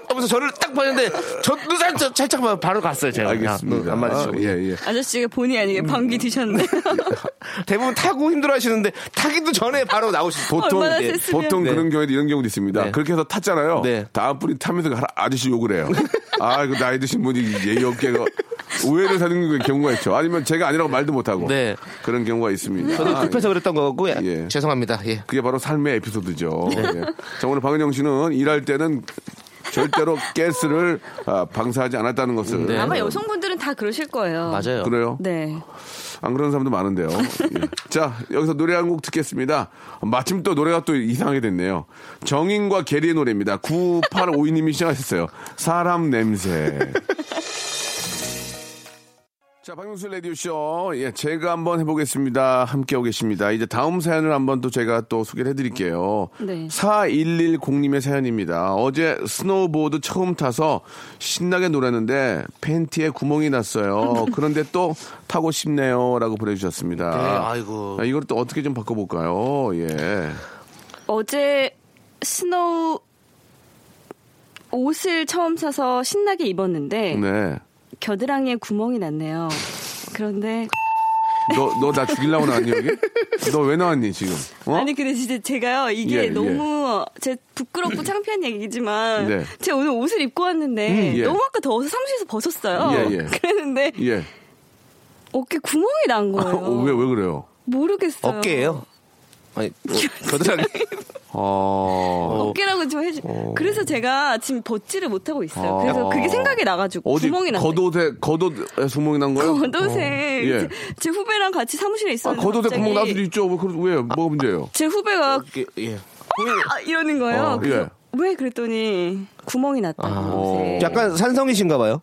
Speaker 4: 하면서 저를 딱 봤는데 저도 살짝 살짝 바로 갔어요. 제가 그냥.
Speaker 1: 알겠습니다.
Speaker 4: 안 맞으시고.
Speaker 1: 아, 예, 예.
Speaker 3: 아저씨가 본의 아니게
Speaker 1: 음.
Speaker 3: 방귀 드셨네.
Speaker 4: 대부분 타고 힘들어하시는데 타기도 전에 바로 나오시고
Speaker 1: 보통
Speaker 3: 얼마나
Speaker 4: 예.
Speaker 3: 셌으면.
Speaker 1: 보통
Speaker 4: 네.
Speaker 1: 그런 경우에도 이런 경우도 있습니다.
Speaker 4: 네.
Speaker 1: 그렇게 해서 탔잖아요.
Speaker 4: 네.
Speaker 1: 다음 분이 타면서 할- 아저씨 욕을 해요. 아, 그 나이 드신 분이 예의 없게 그 오해를 사는 경우가 있죠. 아니면 제가 아니라고 말도 못하고
Speaker 4: 네.
Speaker 1: 그런 경우가 있습니다.
Speaker 4: 저도 급해서 그랬던 거고
Speaker 1: 예.
Speaker 4: 예. 죄송합니다. 예.
Speaker 1: 그게 바로 삶의 에피소드죠. 예. 자, 오늘 박은영 씨는 일할 때는 절대로 가스를 아, 방사하지 않았다는 것을
Speaker 4: 네.
Speaker 3: 아마 여성분들은 다 그러실 거예요.
Speaker 4: 맞아요.
Speaker 1: 그래요.
Speaker 3: 네.
Speaker 1: 안 그런 사람도 많은데요. 예. 자, 여기서 노래 한 곡 듣겠습니다. 마침 또 노래가 또 이상하게 됐네요. 정인과 게리의 노래입니다. 9852님이 시작하셨어요. 사람 냄새. 자, 박명수 라디오쇼. 예, 제가 한번 해보겠습니다. 함께하고 계십니다. 이제 다음 사연을 한번 또 제가 또 소개를 해드릴게요.
Speaker 3: 네.
Speaker 1: 4110님의 사연입니다. 어제 스노우보드 처음 타서 신나게 놀았는데 팬티에 구멍이 났어요. 그런데 또 타고 싶네요. 라고 보내주셨습니다.
Speaker 4: 네, 아이고.
Speaker 1: 아, 이걸 또 어떻게 좀 바꿔볼까요? 예.
Speaker 3: 어제 스노우 옷을 처음 사서 신나게 입었는데
Speaker 1: 네.
Speaker 3: 겨드랑이에 구멍이 났네요. 그런데
Speaker 1: 너, 너 나 죽이려고 나왔니, 여기? 너 왜 나왔니, 지금? 어?
Speaker 3: 아니 근데 진짜 제가요 이게
Speaker 1: 예,
Speaker 3: 너무 제 부끄럽고 창피한 얘기지만
Speaker 1: 네.
Speaker 3: 제가 오늘 옷을 입고 왔는데
Speaker 1: 음, 예.
Speaker 3: 너무 아까 더워서 사무실에서 벗었어요.
Speaker 1: 예, 예.
Speaker 3: 그랬는데
Speaker 1: 예.
Speaker 3: 어깨 구멍이 난 거예요.
Speaker 1: 어, 왜, 왜 그래요?
Speaker 3: 모르겠어요.
Speaker 4: 어깨예요. 아니 어, 겨드랑이.
Speaker 1: 어,
Speaker 3: 어깨라고 좀 해주. 그래서 제가 지금 벗지를 못하고 있어요.
Speaker 1: 어.
Speaker 3: 그래서 그게 생각이 나가지고
Speaker 1: 어디,
Speaker 3: 구멍이 났어요.
Speaker 1: 겉옷에, 겉옷에 구멍이 난 거예요?
Speaker 3: 겉옷에
Speaker 1: 어. 예.
Speaker 3: 제 후배랑 같이 사무실에
Speaker 1: 아,
Speaker 3: 있었는데
Speaker 1: 겉옷에
Speaker 3: 갑자기
Speaker 1: 구멍 날 수도 있죠. 왜, 그- 왜, 뭐가 문제예요?
Speaker 3: 제 후배가
Speaker 4: 이게, 예.
Speaker 3: 아, 이러는 거예요.
Speaker 1: 어,
Speaker 3: 그래서
Speaker 1: 예. 아.
Speaker 3: 왜 그랬더니 구멍이 났다고
Speaker 1: 어.
Speaker 3: 네. 옷에.
Speaker 4: 어. 약간 산성이신가봐요.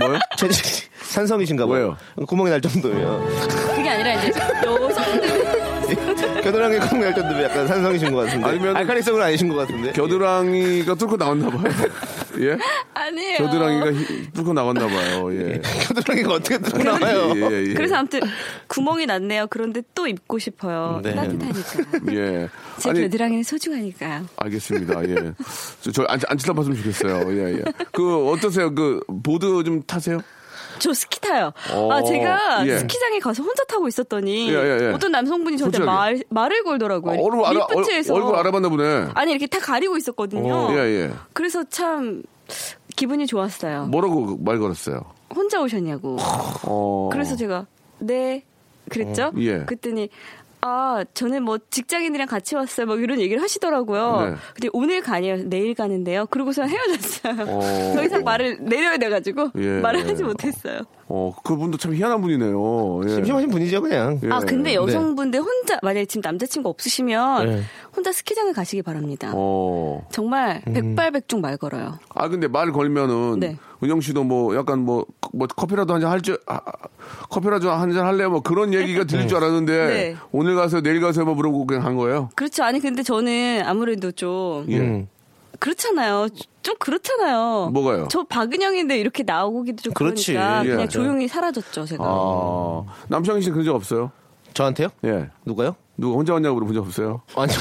Speaker 1: 뭐요?
Speaker 4: 체질이 산성이신가봐요. 구멍이 날 정도면
Speaker 3: 그게 아니라 이제 여성들
Speaker 4: 겨드랑이 구멍이 날 정도면 약간 산성이신 것 같은데.
Speaker 1: 아니면-
Speaker 4: 알칼리성은 아니신 것 같은데.
Speaker 1: 겨드랑이가 뚫고 나왔나 봐요. 예?
Speaker 3: 아니에요.
Speaker 1: 겨드랑이가 히- 뚫고 나왔나 봐요. 예.
Speaker 4: 겨드랑이가 어떻게 들어나와요?
Speaker 1: 예, 예, 예.
Speaker 3: 네. 그래서 아무튼 구멍이 났네요. 그런데 또 입고 싶어요.
Speaker 4: 네.
Speaker 3: 따뜻하니까.
Speaker 1: 예.
Speaker 3: 제 겨드랑이는 소중하니까.
Speaker 1: 알겠습니다. 예. 저, 저 안, 안 치다 봤으면 좋겠어요. 예, 예. 그, 어떠세요? 그, 보드 좀 타세요?
Speaker 3: 저 스키 타요.
Speaker 1: 어,
Speaker 3: 아 제가
Speaker 1: 예.
Speaker 3: 스키장에 가서 혼자 타고 있었더니
Speaker 1: 예, 예, 예.
Speaker 3: 어떤 남성분이 저한테
Speaker 1: 솔직하게.
Speaker 3: 말, 말을
Speaker 1: 어,
Speaker 3: 걸더라고요.
Speaker 1: 얼굴 알아, 얼,
Speaker 3: 리프트에서
Speaker 1: 얼굴 알아봤나 보네.
Speaker 3: 아니 이렇게 다 가리고 있었거든요.
Speaker 1: 어, 예, 예.
Speaker 3: 그래서 참 기분이 좋았어요.
Speaker 1: 뭐라고 말 걸었어요?
Speaker 3: 혼자 오셨냐고.
Speaker 1: 어.
Speaker 3: 그래서 제가 네 그랬죠.
Speaker 1: 예.
Speaker 3: 그랬더니 아 저는 뭐 직장인이랑 같이 왔어요. 막 이런 얘기를 하시더라고요.
Speaker 1: 네.
Speaker 3: 근데 오늘 가니요 내일 가는데요. 그러고서 헤어졌어요.
Speaker 1: 어.
Speaker 3: 더 이상 말을 내려야 돼가지고
Speaker 1: 예.
Speaker 3: 말을 하지 못했어요.
Speaker 1: 어, 그분도 참 희한한 분이네요. 예.
Speaker 4: 심심하신 분이죠 그냥.
Speaker 1: 예.
Speaker 3: 아 근데 여성분들 혼자 만약에 지금 남자친구 없으시면 혼자 스키장을 가시기 바랍니다.
Speaker 1: 네. 어.
Speaker 3: 정말 백발백중 말 걸어요.
Speaker 1: 아, 근데 말 걸면은.
Speaker 3: 네.
Speaker 1: 은영 씨도 뭐 약간 뭐, 뭐 커피라도 한 잔 할 줄, 아, 아, 커피라도 한 잔 할래? 뭐 그런 얘기가 들릴 줄 알았는데.
Speaker 3: 네.
Speaker 1: 오늘 가서 내일 가서 뭐 물어보고 그냥 한 거예요?
Speaker 3: 그렇죠. 아니 근데 저는 아무래도 좀
Speaker 1: 예.
Speaker 4: 음.
Speaker 3: 그렇잖아요. 좀 그렇잖아요.
Speaker 1: 뭐가요?
Speaker 3: 저 박은영인데 이렇게 나오기도 좀
Speaker 4: 그렇지.
Speaker 3: 그렇지. 그러니까
Speaker 1: 예.
Speaker 3: 그냥 조용히 사라졌죠 제가.
Speaker 1: 아, 남창희 씨는 그런 적 없어요?
Speaker 4: 저한테요?
Speaker 1: 예.
Speaker 4: 누가요?
Speaker 1: 누가 혼자 왔냐고 물어본 적 없어요?
Speaker 4: 아니.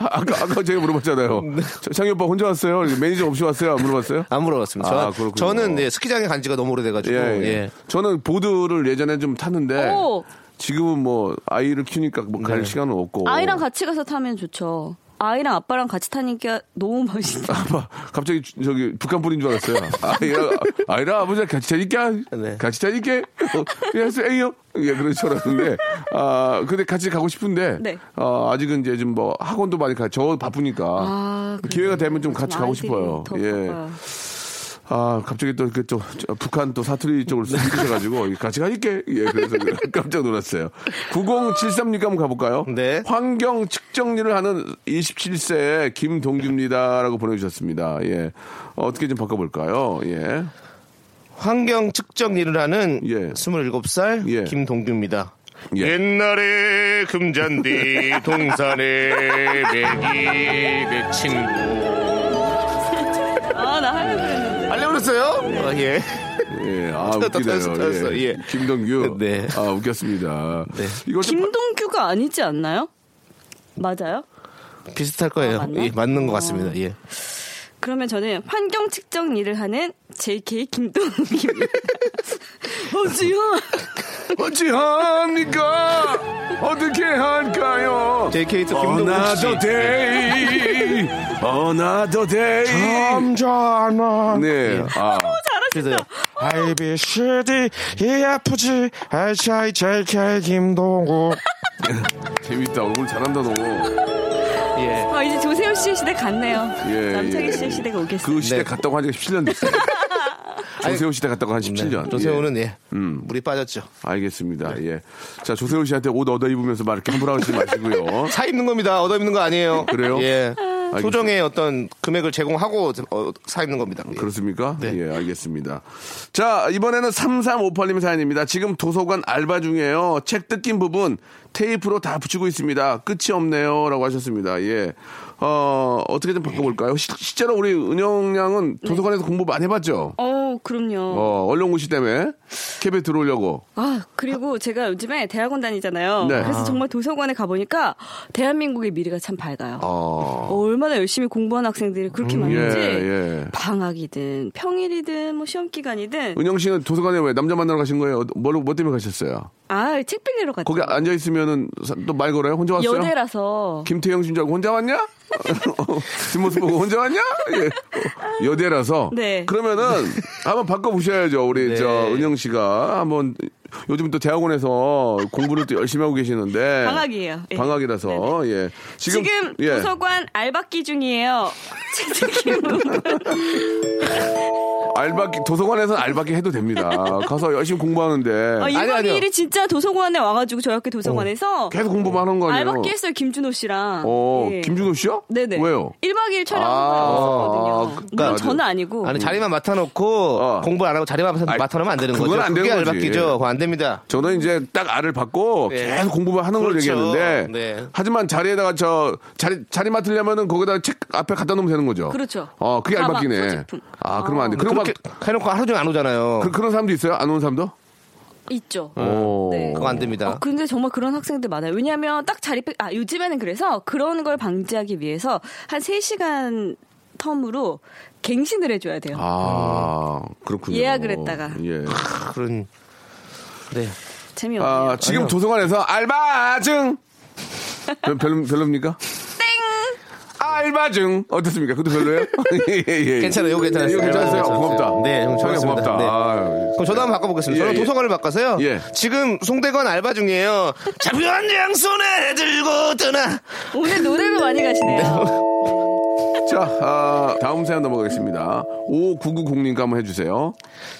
Speaker 1: 아, 까 아까 제가 물어봤잖아요. 저- 창희 오빠 혼자 왔어요? 이렇게 매니저 없이 왔어요? 안 물어봤어요?
Speaker 4: 안 물어봤습니다.
Speaker 1: 네. 아,
Speaker 4: 저,
Speaker 1: 그렇군요.
Speaker 4: 저는 네, 스키장에 간 지가 너무 오래돼가지고.
Speaker 1: 예,
Speaker 4: 예,
Speaker 1: 예. 저는 보드를 예전에 좀 탔는데
Speaker 3: 오!
Speaker 1: 지금은 뭐 아이를 키우니까 뭐 갈 시간은 없고
Speaker 3: 아이랑 같이 가서 타면 좋죠. 아이랑 아빠랑 같이 타니까 너무 멋있다.
Speaker 1: 아빠, 갑자기 주- 저기 북한 분인 줄 알았어요. 아이랑 아이랑 아버지 같이 자니까
Speaker 4: 네.
Speaker 1: 같이 자니까 어, 그래서 애요 예 그런 줄 알았는데 아 근데 같이 가고 싶은데
Speaker 3: 네.
Speaker 1: 어, 아직은 이제 지금 뭐 학원도 많이 가 저 바쁘니까
Speaker 3: 아, 그래요.
Speaker 1: 기회가 되면 좀 같이
Speaker 3: 좀
Speaker 1: 가고
Speaker 3: 아이들이
Speaker 1: 싶어요.
Speaker 3: 더
Speaker 1: 예.
Speaker 3: 바빠요.
Speaker 1: 아 갑자기 또 이렇게 또 저- 북한 또 사투리 쪽으로
Speaker 4: 네.
Speaker 1: 쓰셔가지고 같이 가니까 예 그래서 깜짝 놀랐어요. 9073님 한번 가볼까요?
Speaker 4: 네.
Speaker 1: 환경 측정일을 하는 27세 김동규입니다라고 보내주셨습니다. 예 어떻게 좀 바꿔볼까요? 예.
Speaker 4: 환경 측정 일을 하는
Speaker 1: 예.
Speaker 4: 27살
Speaker 1: 예.
Speaker 4: 김동규입니다.
Speaker 1: 예.
Speaker 4: 옛날에 금잔디 동산에 매기 내 친구.
Speaker 3: 아, 나 하려고 그랬는데.
Speaker 4: 알려 그랬어요? 아, 예.
Speaker 1: 예, 아,
Speaker 4: 다
Speaker 1: 웃기네요.
Speaker 4: 다 했어,
Speaker 1: 예.
Speaker 4: 예.
Speaker 1: 김동규.
Speaker 4: 네.
Speaker 1: 아, 웃겼습니다. 이거 좀
Speaker 3: 김동규가 아니지 않나요? 맞아요?
Speaker 4: 비슷할 거예요.
Speaker 3: 아, 맞나?
Speaker 4: 예, 맞는 것 같습니다. 예.
Speaker 3: 그러면 저는 환경 측정 일을 하는 JK 김동규입니다. 어지야.
Speaker 1: 어찌합니까? 어떻게 할까요?
Speaker 4: JK 또 김동국 씨.
Speaker 1: Another day, another day.
Speaker 5: 잠자나
Speaker 1: 네, 아,
Speaker 4: 그래서
Speaker 5: ABCD EFG HIJK 김동국
Speaker 1: 재밌다. 오늘 잘한다, 너.
Speaker 4: 예.
Speaker 3: 아, 이제 조세호 씨의 시대 갔네요.
Speaker 1: 예,
Speaker 3: 남창희
Speaker 1: 예.
Speaker 3: 씨의 시대가 오겠어요.
Speaker 1: 그 시대
Speaker 4: 네.
Speaker 1: 갔다고 한 지가 17년 됐어요. 조세호 시대 갔다고 한 17년.
Speaker 4: 네, 조세호는
Speaker 1: 예.
Speaker 4: 예. 물이 빠졌죠.
Speaker 1: 알겠습니다. 예. 자, 조세호 씨한테 옷 얻어 입으면서 막 이렇게 함부로 하지 마시고요.
Speaker 4: 사 입는 겁니다. 얻어 입는 거 아니에요.
Speaker 1: 그래요?
Speaker 4: 예.
Speaker 1: 알겠습니다.
Speaker 4: 소정의 어떤 금액을 제공하고 어, 사 입는 겁니다. 예.
Speaker 1: 그렇습니까?
Speaker 4: 네.
Speaker 1: 예, 알겠습니다. 자, 이번에는 3358님 사연입니다. 지금 도서관 알바 중이에요. 책 뜯긴 부분 테이프로 다 붙이고 있습니다. 끝이 없네요. 라고 하셨습니다. 예. 어, 어떻게 좀 바꿔볼까요? 시- 실제로 우리 은영 양은
Speaker 4: 네.
Speaker 1: 도서관에서 공부 많이 해봤죠?
Speaker 3: 어, 그럼요.
Speaker 1: 어, 언론고시 때문에 캡에 들어오려고.
Speaker 3: 아, 그리고 제가 요즘에 대학원 다니잖아요.
Speaker 1: 네.
Speaker 3: 그래서 정말 도서관에 가보니까 대한민국의 미래가 참 밝아요.
Speaker 4: 네.
Speaker 1: 어,
Speaker 3: 얼마나 열심히 공부한 학생들이 그렇게
Speaker 1: 예,
Speaker 3: 많은지
Speaker 1: 예.
Speaker 3: 방학이든 평일이든 뭐 시험 기간이든
Speaker 1: 은영 씨는 도서관에 왜 남자 만나러 가신 거예요? 뭐, 뭐 때문에 가셨어요?
Speaker 3: 아, 책 빌리러 갔죠.
Speaker 1: 거기 앉아있으면은 또 말 걸어요? 혼자 왔어요?
Speaker 3: 여대라서
Speaker 1: 김태형 씨인 줄 알고 혼자 왔냐? 어, 뒷모습 보고 혼자 왔냐? 예. 여대라서.
Speaker 3: 네.
Speaker 1: 그러면은 한번 바꿔보셔야죠. 우리 저 은영 씨가 한번 요즘 또 대학원에서 공부를 또 열심히 하고 계시는데.
Speaker 3: 방학이에요. 예.
Speaker 1: 네. 방학이라서. 예.
Speaker 3: 지금,
Speaker 1: 지금, 예.
Speaker 3: 도서관 알바기 중이에요. 책임
Speaker 1: 네. 알바기, 도서관에서 알바기 해도 됩니다. 가서 열심히 공부하는데.
Speaker 3: 아, 1박
Speaker 4: 아니요.
Speaker 3: 2일이 진짜 도서관에 와가지고 저희 학교 도서관에서
Speaker 1: 어, 계속 공부만 하는 거 아니에요?
Speaker 3: 알바기 했어요. 김준호 씨랑.
Speaker 1: 어,
Speaker 3: 예.
Speaker 1: 김준호 씨요?
Speaker 3: 네네.
Speaker 1: 왜요?
Speaker 3: 1박 2일 촬영
Speaker 1: 아,
Speaker 3: 아, 있었거든요.
Speaker 1: 그러니까
Speaker 3: 물론 저는 아니고.
Speaker 4: 아니 자리만 맡아놓고
Speaker 1: 어.
Speaker 4: 공부 안 하고 자리만 맡아-
Speaker 1: 아니,
Speaker 4: 맡아놓으면 안 되는
Speaker 1: 그건
Speaker 4: 거죠.
Speaker 1: 안 되는
Speaker 4: 그게
Speaker 1: 거지.
Speaker 4: 알바끼죠. 그거 안 됩니다.
Speaker 1: 저는 이제 딱 알을 받고
Speaker 4: 네.
Speaker 1: 계속 공부만 하는 걸
Speaker 4: 그렇죠.
Speaker 1: 얘기했는데
Speaker 4: 네.
Speaker 1: 하지만 자리에다가 저 자리 자리 맡으려면은 거기다 책 앞에 갖다 놓으면 되는 거죠.
Speaker 3: 그렇죠.
Speaker 1: 어 그게
Speaker 3: 가방,
Speaker 1: 알바기네.
Speaker 3: 소지품.
Speaker 1: 아 그러면 안 돼. 그럼
Speaker 4: 음, 그렇게
Speaker 1: 막
Speaker 4: 해놓고 하루 종일 안 오잖아요.
Speaker 1: 그, 그런 사람도 있어요? 안 오는 사람도?
Speaker 3: 있죠.
Speaker 1: 어. 오.
Speaker 3: 네.
Speaker 4: 그거 안 됩니다.
Speaker 3: 어, 근데 정말 그런 학생들 많아요. 왜냐하면 딱 자리 뺏, 아, 요즘에는 그래서 그런 걸 방지하기 위해서 한 3시간 텀으로 갱신을 해줘야 돼요.
Speaker 1: 아
Speaker 4: 음.
Speaker 1: 그렇군요.
Speaker 3: 예약을 했다가.
Speaker 1: 예.
Speaker 4: 그런 네.
Speaker 3: 재미없네요.
Speaker 1: 아 지금 도서관에서 알바증 별- 별로 별로입니까? 알바증 어떻습니까? 그것도 별로예요? 예, 예, 예.
Speaker 4: 괜찮아요. 이거 괜찮았어요.
Speaker 1: 이거 괜찮았어요.
Speaker 4: 알바증
Speaker 1: 고맙다.
Speaker 4: 괜찮았어요. 네, 형
Speaker 1: 형님
Speaker 4: 좋았습니다.
Speaker 1: 고맙다.
Speaker 4: 네.
Speaker 1: 아유.
Speaker 4: 그럼 저도 한번 바꿔보겠습니다.
Speaker 1: 예,
Speaker 4: 저는
Speaker 1: 예.
Speaker 4: 도서관을 바꿔서요.
Speaker 1: 예.
Speaker 4: 지금 송대관 알바 중이에요. 자비한 양손에 들고 떠나.
Speaker 3: 오늘 노래로 많이 가시네요.
Speaker 1: 자, 아, 다음 사연 넘어가겠습니다. 5990님과 한번 해주세요.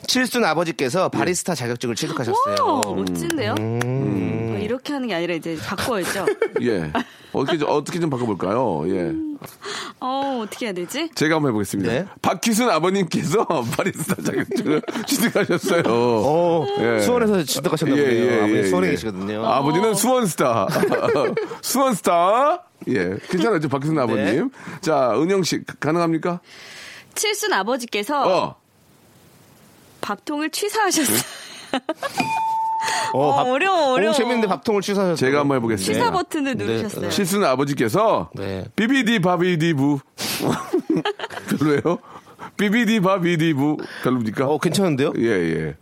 Speaker 4: 칠순
Speaker 1: 예.
Speaker 4: 아버지께서 바리스타 자격증을 취득하셨어요. 음.
Speaker 3: 오, 멋진데요? 어, 이렇게 하는 게 아니라 이제 바꿔야죠.
Speaker 1: 예. 어떻게, 좀- 어떻게 좀 바꿔볼까요? 예.
Speaker 3: 어, 어떻게 해야 되지?
Speaker 1: 제가 한번 해보겠습니다.
Speaker 4: 네.
Speaker 1: 박희순 아버님께서 바리스타 자격증을 취득하셨어요.
Speaker 4: 어,
Speaker 1: 예.
Speaker 4: 수원에서 취득하셨나 보네요. 아버님 수원에
Speaker 1: 예.
Speaker 4: 계시거든요. 어,
Speaker 1: 아버지는 수원스타. 수원스타. 예. 괜찮아요. 저 박희순 아버님.
Speaker 4: 네.
Speaker 1: 자, 은영씨, 가능합니까?
Speaker 3: 칠순 아버지께서
Speaker 1: 어.
Speaker 3: 밥통을 취사하셨어요.
Speaker 4: 어,
Speaker 3: 어, 어려워, 어려워.
Speaker 4: 오, 재밌는데 밥통을 네. 취사하셨어요.
Speaker 1: 제가 한번
Speaker 3: 취사
Speaker 1: 해보겠습니다.
Speaker 3: 버튼을 누르셨어요.
Speaker 1: 실순 아버지께서
Speaker 4: 네.
Speaker 1: 비비디 바비디부 별로예요? 비비디 바비디부 별로입니까?
Speaker 4: 어, 괜찮은데요?
Speaker 1: 예, 예.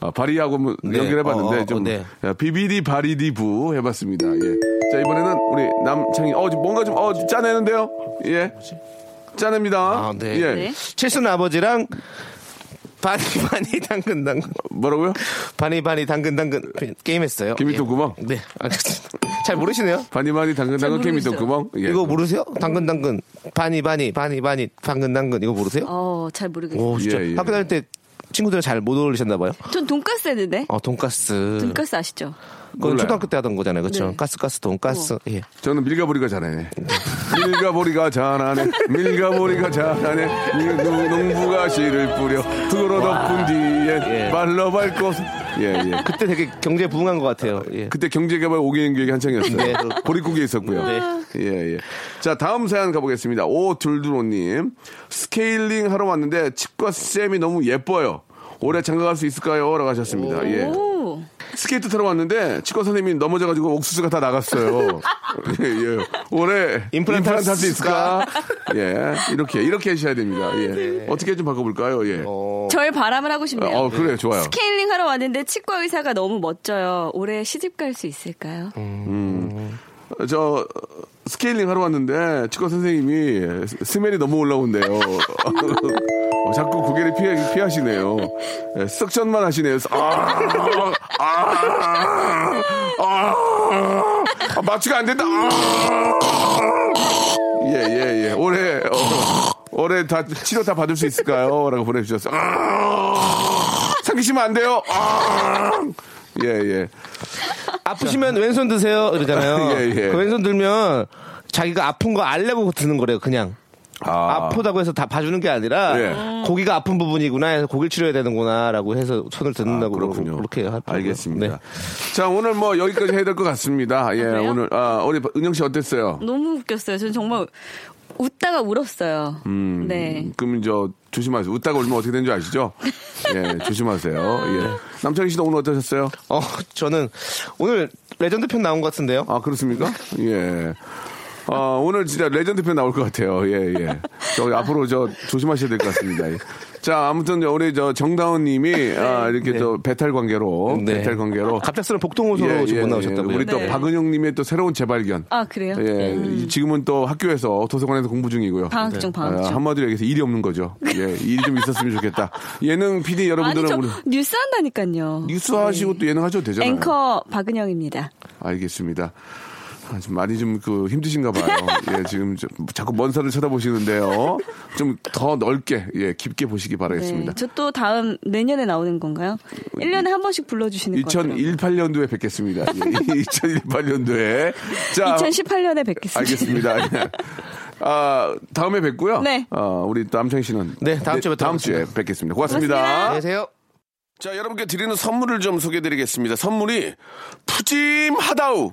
Speaker 1: 아, 바리하고 뭐
Speaker 4: 네.
Speaker 1: 연결해봤는데
Speaker 4: 어, 어,
Speaker 1: 좀
Speaker 4: 네.
Speaker 1: 야, 비비디 바리디부 해봤습니다. 예. 자 이번에는 우리 남창희 어 지금 뭔가 좀 어 짜내는데요? 예. 짜냅니다.
Speaker 4: 아, 네.
Speaker 1: 예.
Speaker 3: 네.
Speaker 4: 칠순 아버지랑 바니 바니 당근 당근
Speaker 1: 뭐라고요?
Speaker 4: 바니 바니 당근 당근 게임했어요.
Speaker 1: 그 김희동 구멍?
Speaker 4: 네, 알겠습니다. 잘 모르시네요.
Speaker 1: 바니바니 당근당근
Speaker 3: 잘
Speaker 1: 케미 또
Speaker 3: 모르겠어요.
Speaker 1: 구멍. 예.
Speaker 4: 이거 모르세요? 당근 당근 바니 바니 바니 바니 당근 당근 이거 모르세요?
Speaker 3: 어, 잘 모르겠어요.
Speaker 4: 오 진짜
Speaker 1: 예, 예.
Speaker 4: 학교 다닐 때 친구들은 잘 못 어울리셨나 봐요.
Speaker 3: 전 돈가스 했는데?
Speaker 4: 어 돈가스.
Speaker 3: 돈가스 아시죠?
Speaker 4: 그건
Speaker 1: 몰라요.
Speaker 4: 초등학교 때 하던 거잖아요, 그렇죠?
Speaker 3: 네.
Speaker 4: 가스 가스 돈가스. 예.
Speaker 1: 저는 밀가보리가 잘하네. 밀가보리가 잘하네. 밀가보리가 잘하네. 밀- 농- 농부가 씨를 뿌려 들어 덮은 뒤에 말로 밟고. 예, 예.
Speaker 4: 그때 되게 경제 부흥한 것 같아요. 예.
Speaker 1: 그때 경제개발 5개년 계획이 한창이었어요.
Speaker 4: 네.
Speaker 1: 보릿국에 있었고요.
Speaker 4: 네.
Speaker 1: 예, 예. 자, 다음 사연 가보겠습니다. 오둘둘오님. 스케일링 하러 왔는데 칩과 쌤이 너무 예뻐요. 올해 장가갈 수 있을까요? 라고 하셨습니다. 예.
Speaker 3: 오,
Speaker 1: 스케이트 타러 왔는데 치과 선생님이 넘어져가지고 옥수수가 다 나갔어요. 예, 예. 올해
Speaker 4: 임플란트
Speaker 1: 임플란트 할 수 있을까?
Speaker 4: 있을까? 네.
Speaker 1: 예, 이렇게 이렇게 하셔야 됩니다. 예. 어떻게 좀 바꿔볼까요? 예. 어,
Speaker 3: 절 바람을 하고 싶네요.
Speaker 4: 어,
Speaker 1: 그래요, 좋아요.
Speaker 3: 스케일링 하러 왔는데 치과 의사가 너무 멋져요. 올해 시집 갈 수 있을까요?
Speaker 4: 음.
Speaker 1: 저 어, 스케일링 하러 왔는데 치과 선생님이 스- 스멜이 너무 올라온대요. 어, 자꾸 고개를 피하, 피하시네요. 예, 석션만 하시네요. 아, 아, 아, 아, 마취가 안 된다. 아, 예, 예, 예. 올해, 어, 올해 다 치료 다 받을 수 있을까요? 라고 보내주셨어요. 아, 삼키시면 안 돼요. 아, 예, 예.
Speaker 4: 아프시면 왼손 드세요 이러잖아요.
Speaker 1: 예, 예.
Speaker 4: 그 왼손 들면 자기가 아픈 거 알려고 드는 거래요, 그냥.
Speaker 1: 아.
Speaker 4: 아프다고 해서 다 봐주는 게 아니라
Speaker 1: 예.
Speaker 4: 고기가 아픈 부분이구나 해서 고기를 치료해야 되는구나라고 해서 손을 듣는다고
Speaker 1: 아, 그렇군요.
Speaker 4: 그렇게 하더라고요.
Speaker 1: 알겠습니다.
Speaker 4: 네.
Speaker 1: 자, 오늘 뭐 여기까지 해야 될 것 같습니다. 예,
Speaker 3: 그래요?
Speaker 1: 오늘, 아, 우리 은영 씨 어땠어요?
Speaker 3: 너무 웃겼어요. 저는 정말 웃다가 울었어요.
Speaker 4: 음.
Speaker 3: 네.
Speaker 1: 음, 그럼 저 조심하세요. 웃다가 울면 어떻게 되는 줄 아시죠? 예, 조심하세요. 예. 남창희 씨도 오늘 어떠셨어요?
Speaker 4: 어, 저는 오늘 레전드 편 나온 것 같은데요.
Speaker 1: 아, 그렇습니까? 예. 아, 오늘 진짜 레전드 편 나올 것 같아요. 예, 예. 저 앞으로 저 조심하셔야 될 것 같습니다. 예. 자, 아무튼 우리 저 정다운 님이 아, 이렇게 저 배탈 관계로
Speaker 4: 네.
Speaker 1: 배탈 관계로 예,
Speaker 4: 갑작스런 복통호소로 지금 못 나오셨다고요?
Speaker 1: 우리 또
Speaker 3: 네.
Speaker 1: 박은영 님의 또 새로운 재발견.
Speaker 3: 아 그래요?
Speaker 1: 예, 지금은 또 학교에서 도서관에서 공부 중이고요.
Speaker 3: 방학 중, 방학
Speaker 1: 아,
Speaker 3: 중.
Speaker 1: 한마디로 얘기해서 일이 없는 거죠. 예, 일이 좀 있었으면 좋겠다. 예능 PD
Speaker 3: 아니
Speaker 1: 여러분들은
Speaker 3: 저
Speaker 1: 우리
Speaker 3: 뉴스 한다니까요.
Speaker 1: 뉴스 하시고 또 예능 하셔도 되잖아요.
Speaker 3: 네. 앵커 박은영입니다.
Speaker 1: 알겠습니다. 아, 좀 많이 좀 그 힘드신가 봐요. 예, 지금 좀 자꾸 먼 산을 쳐다보시는데요. 좀 더 넓게, 예, 깊게 보시기 바라겠습니다.
Speaker 3: 네,
Speaker 1: 음,
Speaker 3: 저 또 다음 내년에 나오는 건가요? 1년에 한 번씩 불러주시는 거같요
Speaker 1: 2018년도에 뵙겠습니다. 예, 2018년도에. 자,
Speaker 3: 2018년에 뵙겠습니다.
Speaker 1: 알겠습니다. 예. 아, 다음에 뵙고요.
Speaker 3: 네.
Speaker 1: 아, 우리 남창희 씨는
Speaker 4: 네, 다음 주에 뵙도록
Speaker 1: 다음 주에
Speaker 4: 하겠습니다.
Speaker 1: 뵙겠습니다. 고맙습니다.
Speaker 3: 고맙습니다.
Speaker 4: 안녕히 계세요.
Speaker 1: 자, 여러분께 드리는 선물을 좀 소개해 드리겠습니다. 선물이 푸짐하다우.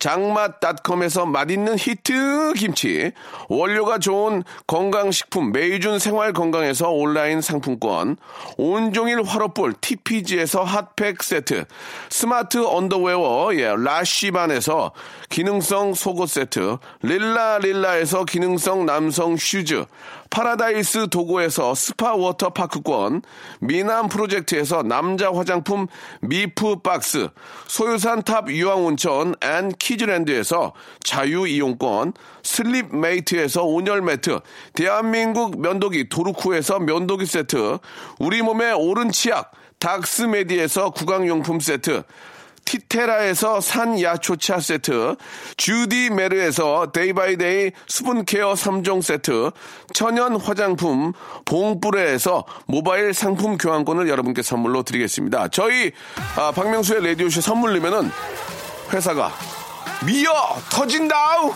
Speaker 1: 장맛닷컴에서 맛있는 히트 김치, 원료가 좋은 건강식품 메이준 생활건강에서 온라인 상품권, 온종일 화로볼 TPG에서 핫팩 세트, 스마트 언더웨어 예, 라쉬반에서 기능성 속옷 세트, 릴라릴라에서 기능성 남성 슈즈, 파라다이스 도고에서 스파 워터 파크권, 미남 프로젝트에서 남자 화장품 미프 박스, 소유산 탑 유황 온천 앤 키즈랜드에서 자유 이용권, 슬립 메이트에서 온열 매트, 대한민국 면도기 도루쿠에서 면도기 세트, 우리 몸의 오른 치약 닥스메디에서 구강용품 세트, 티테라에서 산야초차 세트, 주디 메르에서 데이바이데이 수분케어 3종 세트, 천연 화장품 봉뿌레에서 모바일 상품 교환권을 여러분께 선물로 드리겠습니다. 저희 아, 박명수의 라디오쇼 선물리면은 회사가 미어 터진다우!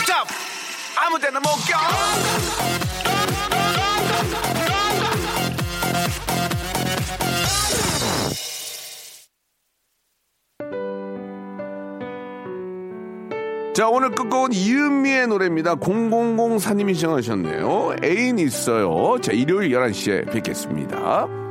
Speaker 1: 스탑! 아무 데나 못 가! 자 오늘 끝곡은 이은미의 노래입니다. 0004님이 신청하셨네요. 애인 있어요. 자 일요일 11시에 뵙겠습니다.